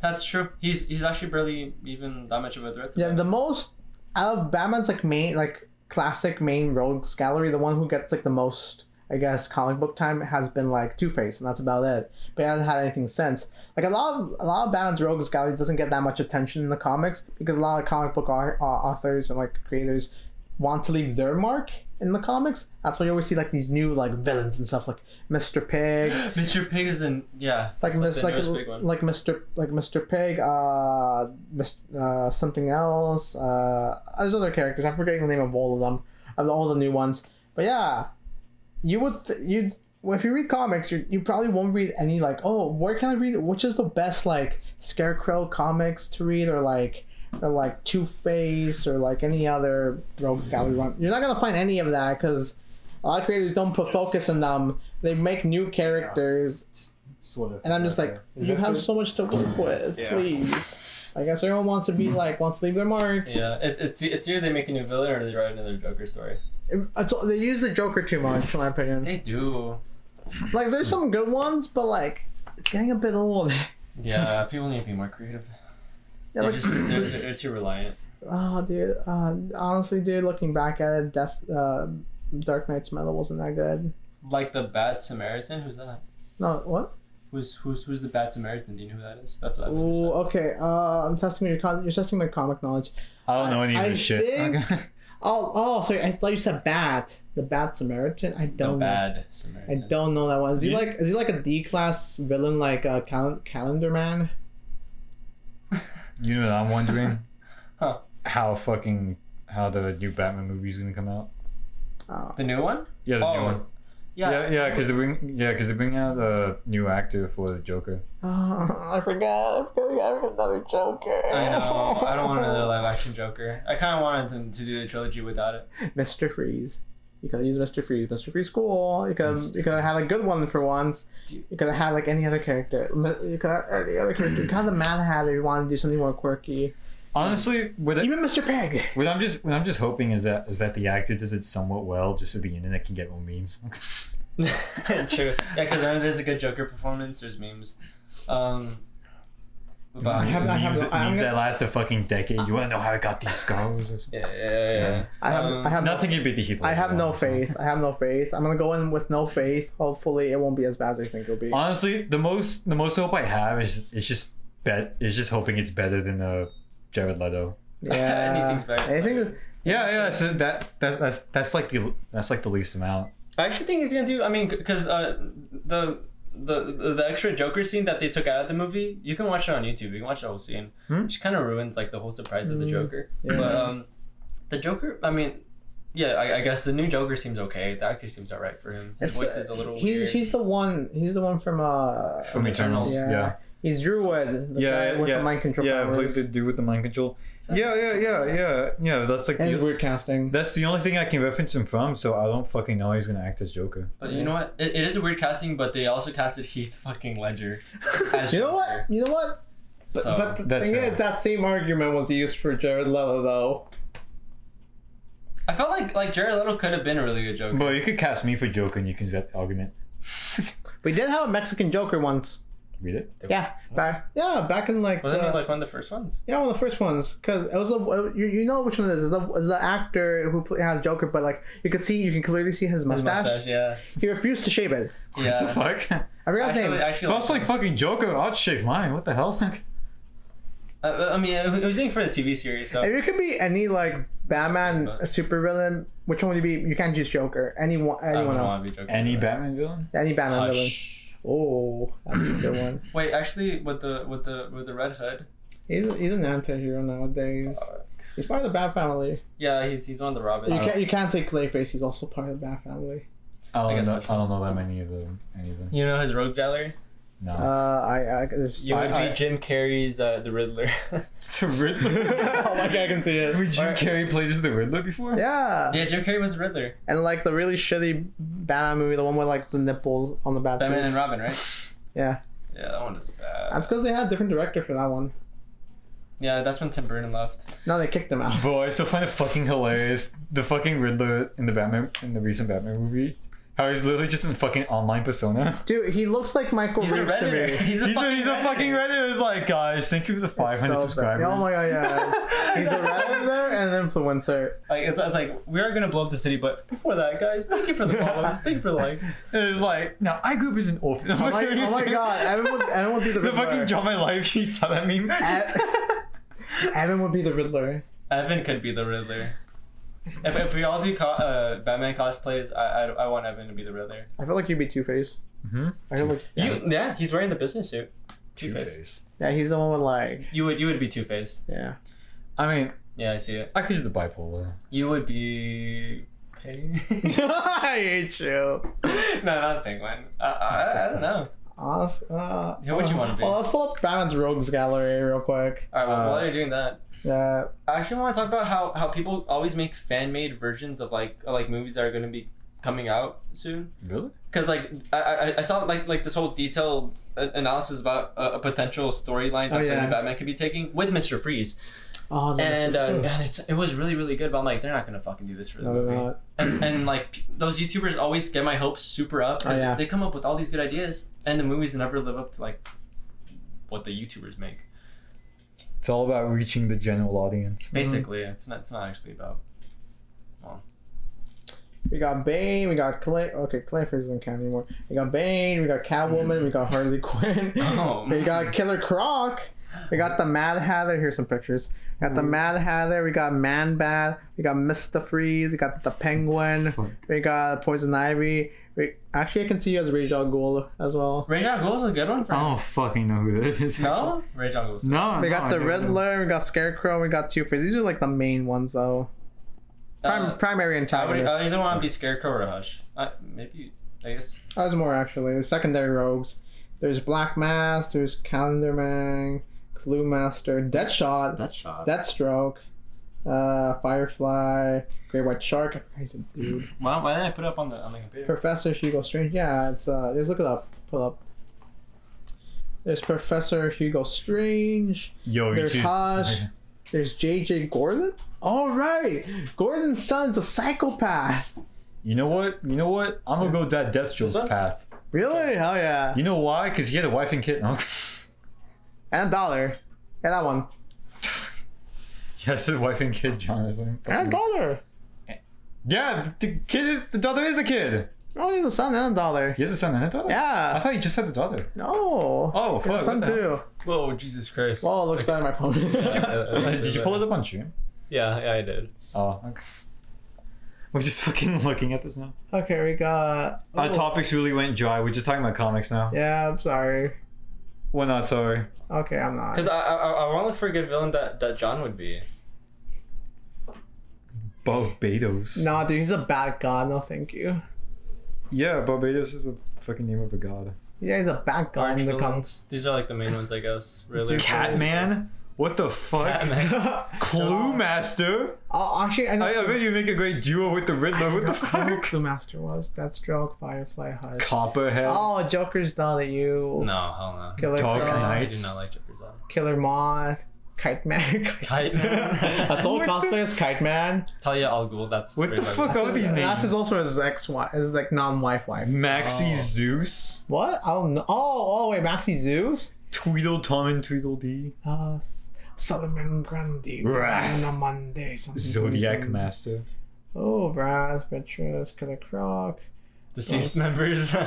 That's true. He's he's actually barely even that much of a threat. To Yeah, them. the most out of Batman's like main like classic main rogues gallery, the one who gets like the most I guess comic book time has been like Two Face, and that's about it. But he hasn't had anything since. Like a lot of a lot of Batman's rogues gallery doesn't get that much attention in the comics because a lot of comic book au- au- authors and like creators want to leave their mark in the comics. That's why you always see like these new like villains and stuff like Mr. Pig Mr. Pig is in yeah. like it's Miss, the like newest big one. like Mr. like Mr. Pig, uh, Mr. uh, something else. Uh, there's other characters. I'm forgetting the name of all of them, of all the new ones. But yeah, you would th- you well, if you read comics, you you probably won't read any like oh where can I read which is the best like Scarecrow comics to read or like or like Two Face or like any other Rogues Gallery run. You're not gonna find any of that because. A lot of creators don't put focus on them. They make new characters Sort of. and I'm just like, you have so much to work with, Yeah. Mm-hmm. please. I guess everyone wants to be like, wants to leave their mark. Yeah, it, it's it's either they make a new villain or they write another Joker story. It- it's- they use the Joker too much, in my opinion. They do. Like, there's some good ones, but like, it's getting a bit old. Yeah, people need to be more creative. Yeah, they're like, just they're, they're, they're too reliant. oh, dude. Uh, honestly, dude, looking back at it, Death, uh, Dark Knight's metal wasn't that good. Like the Bad Samaritan. Who's that? No, what? Who's who's who's the Bad Samaritan? Do you know who that is? That's what I think. Ooh, okay. Uh, I'm testing your con- you're testing my comic knowledge. I don't know any I- of I this shit. think- Oh, oh, sorry. I thought you said Bat, the Bat Samaritan. I The don't. know. Bad I Samaritan. don't know that one. Is he You- like is he like a D class villain like uh, cal- Calendar Man? You know what I'm wondering? Huh. How fucking how the new Batman movie's gonna come out? Oh. The new one? Yeah, the Oh, new one. Yeah, yeah, because they bring yeah, because they bring out a new actor for the Joker. Oh, I forgot. I forgot. I forgot another Joker. I know. Um, I don't want another live action Joker. I kind of wanted them to do the trilogy without it. Mister Freeze. You could have used Mister Freeze. Mister Freeze, cool. You could have you could have had a good one for once. Dude. You could have had like any other character. Mi- You could have any other character. You could have the Mad Hatter. You want to do something more quirky. Honestly, what, I- Even Mister Peg. what I'm just what I'm just hoping is that is that the actor does it somewhat well, just so the internet can get more memes. True. Yeah, because then there's a good Joker performance. There's memes. Um. About I have- memes I have- memes I'm that gonna- last a fucking decade. You want to know how I got these scars? Or something? Yeah, yeah, yeah. yeah. I have. Um, I have. Nothing can beat the Heath. I have Ledger no one, so. faith. I have no faith. I'm gonna go in with no faith. Hopefully, it won't be as bad as I think it'll be. Honestly, the most the most hope I have is just, it's just bet is just hoping it's better than uh, Jared Leto. Yeah. Anything's better. I think that- Yeah, yeah. So that, that that's that's like the that's like the least amount. I actually think he's gonna do. I mean, because uh, the the, the the extra Joker scene that they took out of the movie, you can watch it on YouTube. You can watch the whole scene, Hmm? which kind of ruins like the whole surprise of the Mm, Joker. yeah. But um, the Joker, I mean, yeah, I, I guess the new Joker seems okay. The actor seems alright for him. His It's, voice uh, is a little he's weird. he's the one he's the one from uh From Eternals, yeah. yeah. He's Drew Wood, the yeah, guy with yeah, the mind control yeah, like powers. the dude with the mind control. Yeah, yeah, yeah, yeah, yeah. That's like and the- his weird casting. that's the only thing I can reference him from. So I don't fucking know he's gonna act as Joker. But you know what? It, it is a weird casting, but they also casted Heath fucking Ledger. As you know Joker. what? You know what? But, So, but the that's thing fair. is, that same argument was used for Jared Leto, though. I felt like like Jared Leto could have been a really good Joker. But you could cast me for Joker and you can use that argument. We did have a Mexican Joker once. Read it. Yeah, back yeah, back in like, Wasn't the- he like one of the first ones? yeah, one of the first ones because it was the you, you know which one it is. It's the, it's the actor who play, has Joker, but like you could see you can clearly see his His mustache. mustache, yeah. He refused to shave it. Yeah. What the fuck? I forgot his Actually, name. If actually, I was like fucking Joker, I'd shave mine. What the hell? Uh, I mean, it was doing for the TV series, so If you could be any like Batman But- supervillain, which one would you be? You can't choose Joker. Anyone, anyone else, to be Joker. Any Batman villain? any Batman villain. Hush. Oh, that's a good one. Wait, actually, with the with the with the Red Hood, uh, He's he's an anti-hero nowadays. He's part of the Bat Family. yeah, he's he's one of the Robin. You can't you can't say Clayface. He's also part of the Bat Family. I I don't guess know. I'll I don't know that many of them. Any of them? You know his rogue gallery. No. Uh, I I there's. You would I- be I- Jim Carrey's uh, the Riddler. the Riddler. oh my god, I can see it. Would Jim Alright. Carrey played as the Riddler before? Yeah. yeah, Jim Carrey was Riddler. and like the really shitty Batman movie, the one with like the nipples on the bat. Batman suits. and Robin, right? Yeah, Yeah, that one is bad. that's because they had a different director for that one. yeah, that's when Tim Burton left. No, they kicked him out. Boy, I still find it fucking hilarious. The fucking Riddler in the Batman in the recent Batman movie. How he's literally just in fucking online persona. Dude, he looks like Michael He's a Reeves to Redditor. me. He's a He's a, fucking, he's a fucking Redditor. Reddit. It's like, guys, thank you for the 500 So bad. subscribers. Oh my god, yeah. He's a Redditor and an influencer. Like it's, it's like we are gonna blow up the city, but before that, guys, thank you for the follows, thank you for the likes. It was like, now I grew up as an orphan. Oh my, oh my god, Evan would, Evan would be the the Riddler. fucking job of my life, you saw that meme? E- Evan would be the Riddler. Evan could be the Riddler. If, if we all do co- uh, Batman cosplays, I, I I want Evan to be the Riddler. I feel like you'd be Two Face. hmm I feel like You yeah, he's wearing the business suit. Two Face. Two-Face. yeah, he's the one with like You would you would be Two Face. yeah. I mean, Yeah, I see it. I could do the bipolar. You would be. Penguin? I hate you. no, not Penguin. Uh, I, I don't know. Awesome. Uh, Who would you wanna be? Well, let's pull up Batman's Rogues Gallery real quick. All right, well, Uh, while you're doing that, Yeah. I actually want to talk about how, how people always make fan made versions of like like movies that are going to be coming out soon. Really? because like I, I I saw like like this whole detailed a- analysis about a, a potential storyline that Oh, yeah. Batman- Batman could be taking with Mister Freeze, Oh, no, and this uh, is- man, it's, it was really really good. But I'm like, they're not gonna fucking do this for the no, they're movie. not. And, and like p- those YouTubers always get my hopes super up. 'cause Oh, yeah. They come up with all these good ideas, and the movies never live up to like what the YouTubers make. Mm-hmm. It's all about reaching the general audience. Basically, it's not it's not actually about. We got Bane, we got Clay. Okay, Clay Clayface doesn't count anymore. We got Bane, we got Catwoman, we got Harley Quinn. Oh, we got Killer Croc. We got the Mad Hatter. Here's some pictures. We got the Mad Hatter. We got Man Bat. We got Mister Freeze. We got the Penguin. Fuck. We got Poison Ivy. We actually I can see you as Rajal Ghul as well. Ray John Ghoul's a good one Uh-huh. for I don't fucking know who that is. no Ray John Ghoul's. actually. No. We no, got I the don't know. Riddler. We got Scarecrow. We got Two Face. These are like the main ones though. Prim- Uh, primary I would antagonist. I either want to be Scarecrow or Hush. I, maybe I guess There's more actually. There's secondary rogues. There's Black Mass. There's Calendar Man, Clue Master, Deadshot, that shot. Deathstroke, uh, Firefly, Great White Shark. I forgot he's a dude. Why, why didn't I put it up on the on the computer? Professor Hugo Strange. Yeah, it's uh. There's look it up. Pull up. There's Professor Hugo Strange. Yo, you There's choose- Hush. There's JJ Gordon. All right, Gordon's son's a psychopath. You know what? You know what? I'm gonna go with that Death Joe's This one? path. Really? Hell yeah. You know why? Because he had a wife and kid. No. And a dollar. Yeah, that one. yes, his wife and kid, Jonathan. And a dollar. Yeah, the kid is the daughter is the kid. Oh, he's a son and a dollar. He has a son and a daughter. I Yeah. thought he just had the daughter. No. Oh, He has fuck. a son what the hell? too. Whoa, Jesus Christ! uh, Well, it looks better on my phone. Uh, Did you pull it up on stream? Yeah, yeah, I did. Oh, okay. We're just fucking looking at this now. Okay, we got. Our oh, topics really went dry. We're just talking about comics now. Yeah, I'm sorry. We're not sorry. Okay, I'm not. Because I, I, I want to look for a good villain that, that John would be. Barbados. Nah, dude, he's a bad god. No, thank you. Yeah, Barbados is the fucking name of a god. Yeah, he's a bad god Orange in the comics. villains. These are like the main ones, I guess. Really. Catman? What the fuck? Catman. Clue Master? Oh, actually, I know. I, I bet you make a great duo with the Riddler. What the forgot Who fuck? Clue Master was? That's Joke Firefly Hush. Copperhead. Oh, Joker's doll that you. No, hell no. Killer Dark Croc, Knight. I do Knights. not like Joker's Island. Killer Moth, Kite Man. Kite Man. That's all What the- cosplay is Kite Man. Talia Al Ghul. That's What the pretty much- fuck are these names? That's his, also his ex wife, his like non wife wife. Maxi Oh. Zeus, What? I don't know. Oh, oh wait, Maxi Zeus. Tweedledum and Tweedledee, Uh, S- Solomon Grundy. Wrath. On a Monday. Something, Zodiac something. Master. Oh, Wrath, Petrus, Killer Croc. Deceased members.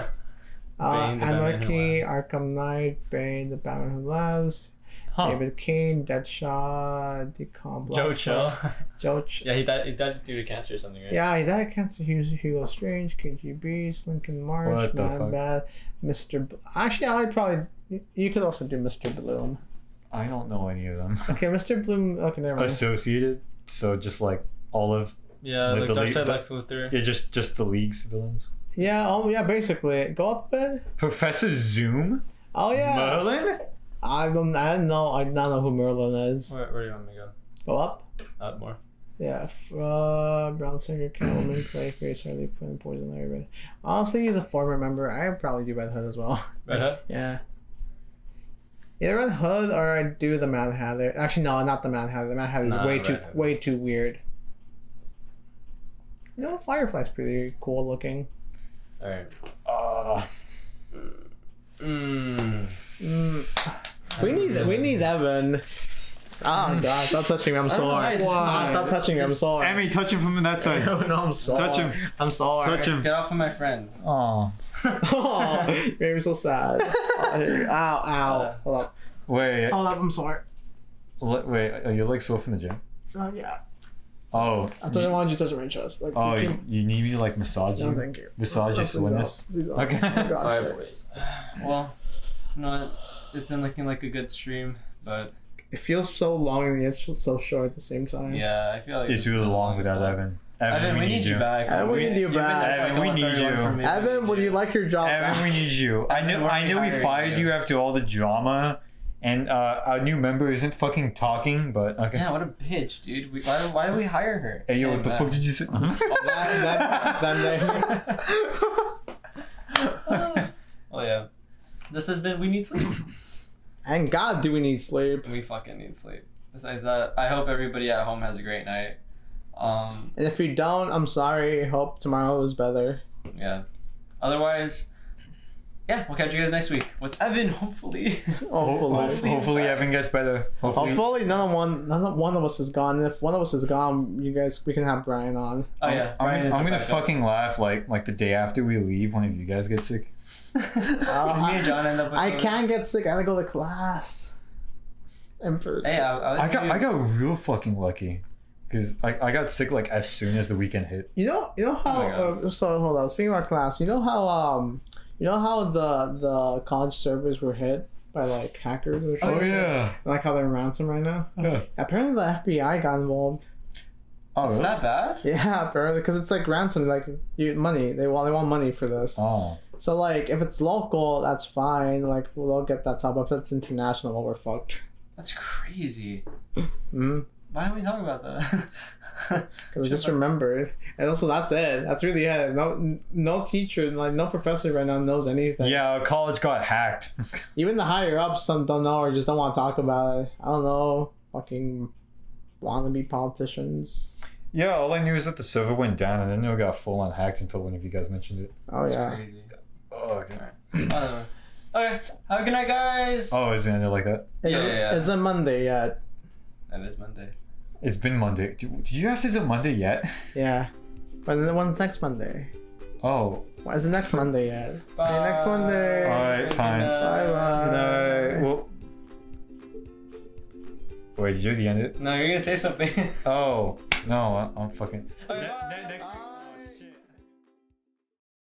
Uh, Bane, the Batman Who Anarchy, Laughs. Arkham Knight, Bane, the Batman Who Loves, Huh. David Kane, Deadshot, Decom, Joe Chill. Joe Ch- yeah, he died, he died due to cancer or something, right? Yeah, that counts. Hugo, Hugo Strange, KG Beast, Lincoln March, What the Man fuck? Bat, Mr. B- Actually, I'd probably. y- You could also do Mr. Bloom. I don't know any of them. Okay, Mr. Bloom. Okay, never mind. Associated, so just like all of Yeah, Like like the Dark lead- Side the- Lex Luthor. yeah, just just the league's villains. Yeah, oh, yeah, basically. Go up a bit. Professor Zoom, Oh, yeah. Merlin. I don't I don't know. I don't know who Merlin is. Where, where do you want me to Go up. go? Up more. Yeah, f- uh, Brown Singer, Catwoman, Clayface, Harley Quinn, Poison Larry Red. Honestly, he's a former member. I would probably do Red Hood as well. Red Hood? Yeah. Either Red Hood or I do the Mad Hatter. Actually, no, not the Mad Hatter. The Mad Hatter is Nah, way Red too Hood. way too weird. You know, Firefly's pretty cool looking. Alright. Uh, Mm. Mm. We need we need Evan. Ah, God, stop touching me. I'm sorry. Alright, it's Ah, fine. stop touching me. I'm sorry. Emmy, touch him from that side. no, no, I'm sorry. Touch him. I'm sorry. Touch him. Get off of my friend. Oh, Oh, you made me so sad. Oh, here you go. ow, ow. Uh, Hold up. wait, Hold up. I'm sorry. le- wait. Are you like sore from the gym? Oh yeah. Oh, I thought I wanted you to touch my chest. Like, oh, you you, can- you need me to like massage no, you, thank you. massage Oh, your please don't. soreness. Please don't. Okay. For God's Alright, sake. boys. Well, you know what? It's been looking like a good stream, but It feels so long and yet it's so short at the same time. yeah, I feel like It's really long without Evan. Evan, Evan, we, need you back. Evan, we need you you've been back. there for, Evan, like, almost we need everyone you. from me. Evan, would you like your job Evan, back? we need you. I knew We're I knew we hiring fired you. you after all the drama, and uh, our new member isn't fucking talking. But okay. Yeah, what a bitch, dude. We, why, why did we hire her? Hey yo, what And, the uh, fuck did you say? Oh, that- that name. Oh yeah, this has been. We need sleep. and God, do we need sleep? we fucking need sleep. Besides that, I hope everybody at home has a great night. Um, And if you don't, I'm sorry. Hope tomorrow is better. yeah. Otherwise, yeah, we'll catch you guys next week with Evan, hopefully. Ho- ho- Hopefully. Hopefully, Evan gets better. Hopefully. Hopefully, none of one none of one of us is gone. And if one of us is gone, you guys we can have Brian on. oh yeah, I'm, Brian gonna- is I'm a gonna backup. fucking laugh like like the day after we leave. One of you guys gets sick. Oh, Did me and John end up. With I COVID? can get sick. I gotta go to class. In person. Hey, I, I, I got I got real fucking lucky, because I, I got sick like as soon as the weekend hit. You know, you know how. Oh my God. uh, so hold on. Speaking about class, you know how um, you know how the the college servers were hit by like hackers or Oh, something. Oh, yeah. Like how they're in ransom right now. Yeah. Apparently the FBI got involved. Oh It's really? that bad. Yeah, apparently because it's like ransom, like you money. They want they want money for this. Oh. So like if it's local, that's fine. Like we'll all get that top. But if it's international, well, we're fucked. That's crazy. Mm. Why are we talking about that? Because I just remembered, and also that's it. That's really it. No, no teacher, like no professor right now knows anything. Yeah, our college got hacked. Even the higher ups, some don't know or just don't want to talk about it. I don't know. Fucking wannabe politicians. Yeah, all I knew is that the server went down and then it got full on hacked until one of you guys mentioned it. Oh That's yeah. crazy. Oh, okay. Whatever. Okay. Have a good night, guys. oh is it ended like that? It- Yeah, yeah, yeah. It's a Monday yet. That is Monday. It's been Monday. Did, did you guys say it's Monday yet? Yeah. But then when's next Monday? Oh, Why is it next Monday yet? See you next Bye. Monday. Alright, Good fine. night. Bye bye. no. Well, wait, did you already end it? No, you're gonna say something. Oh, no, I- I'm fucking. Okay, bye. next- Bye.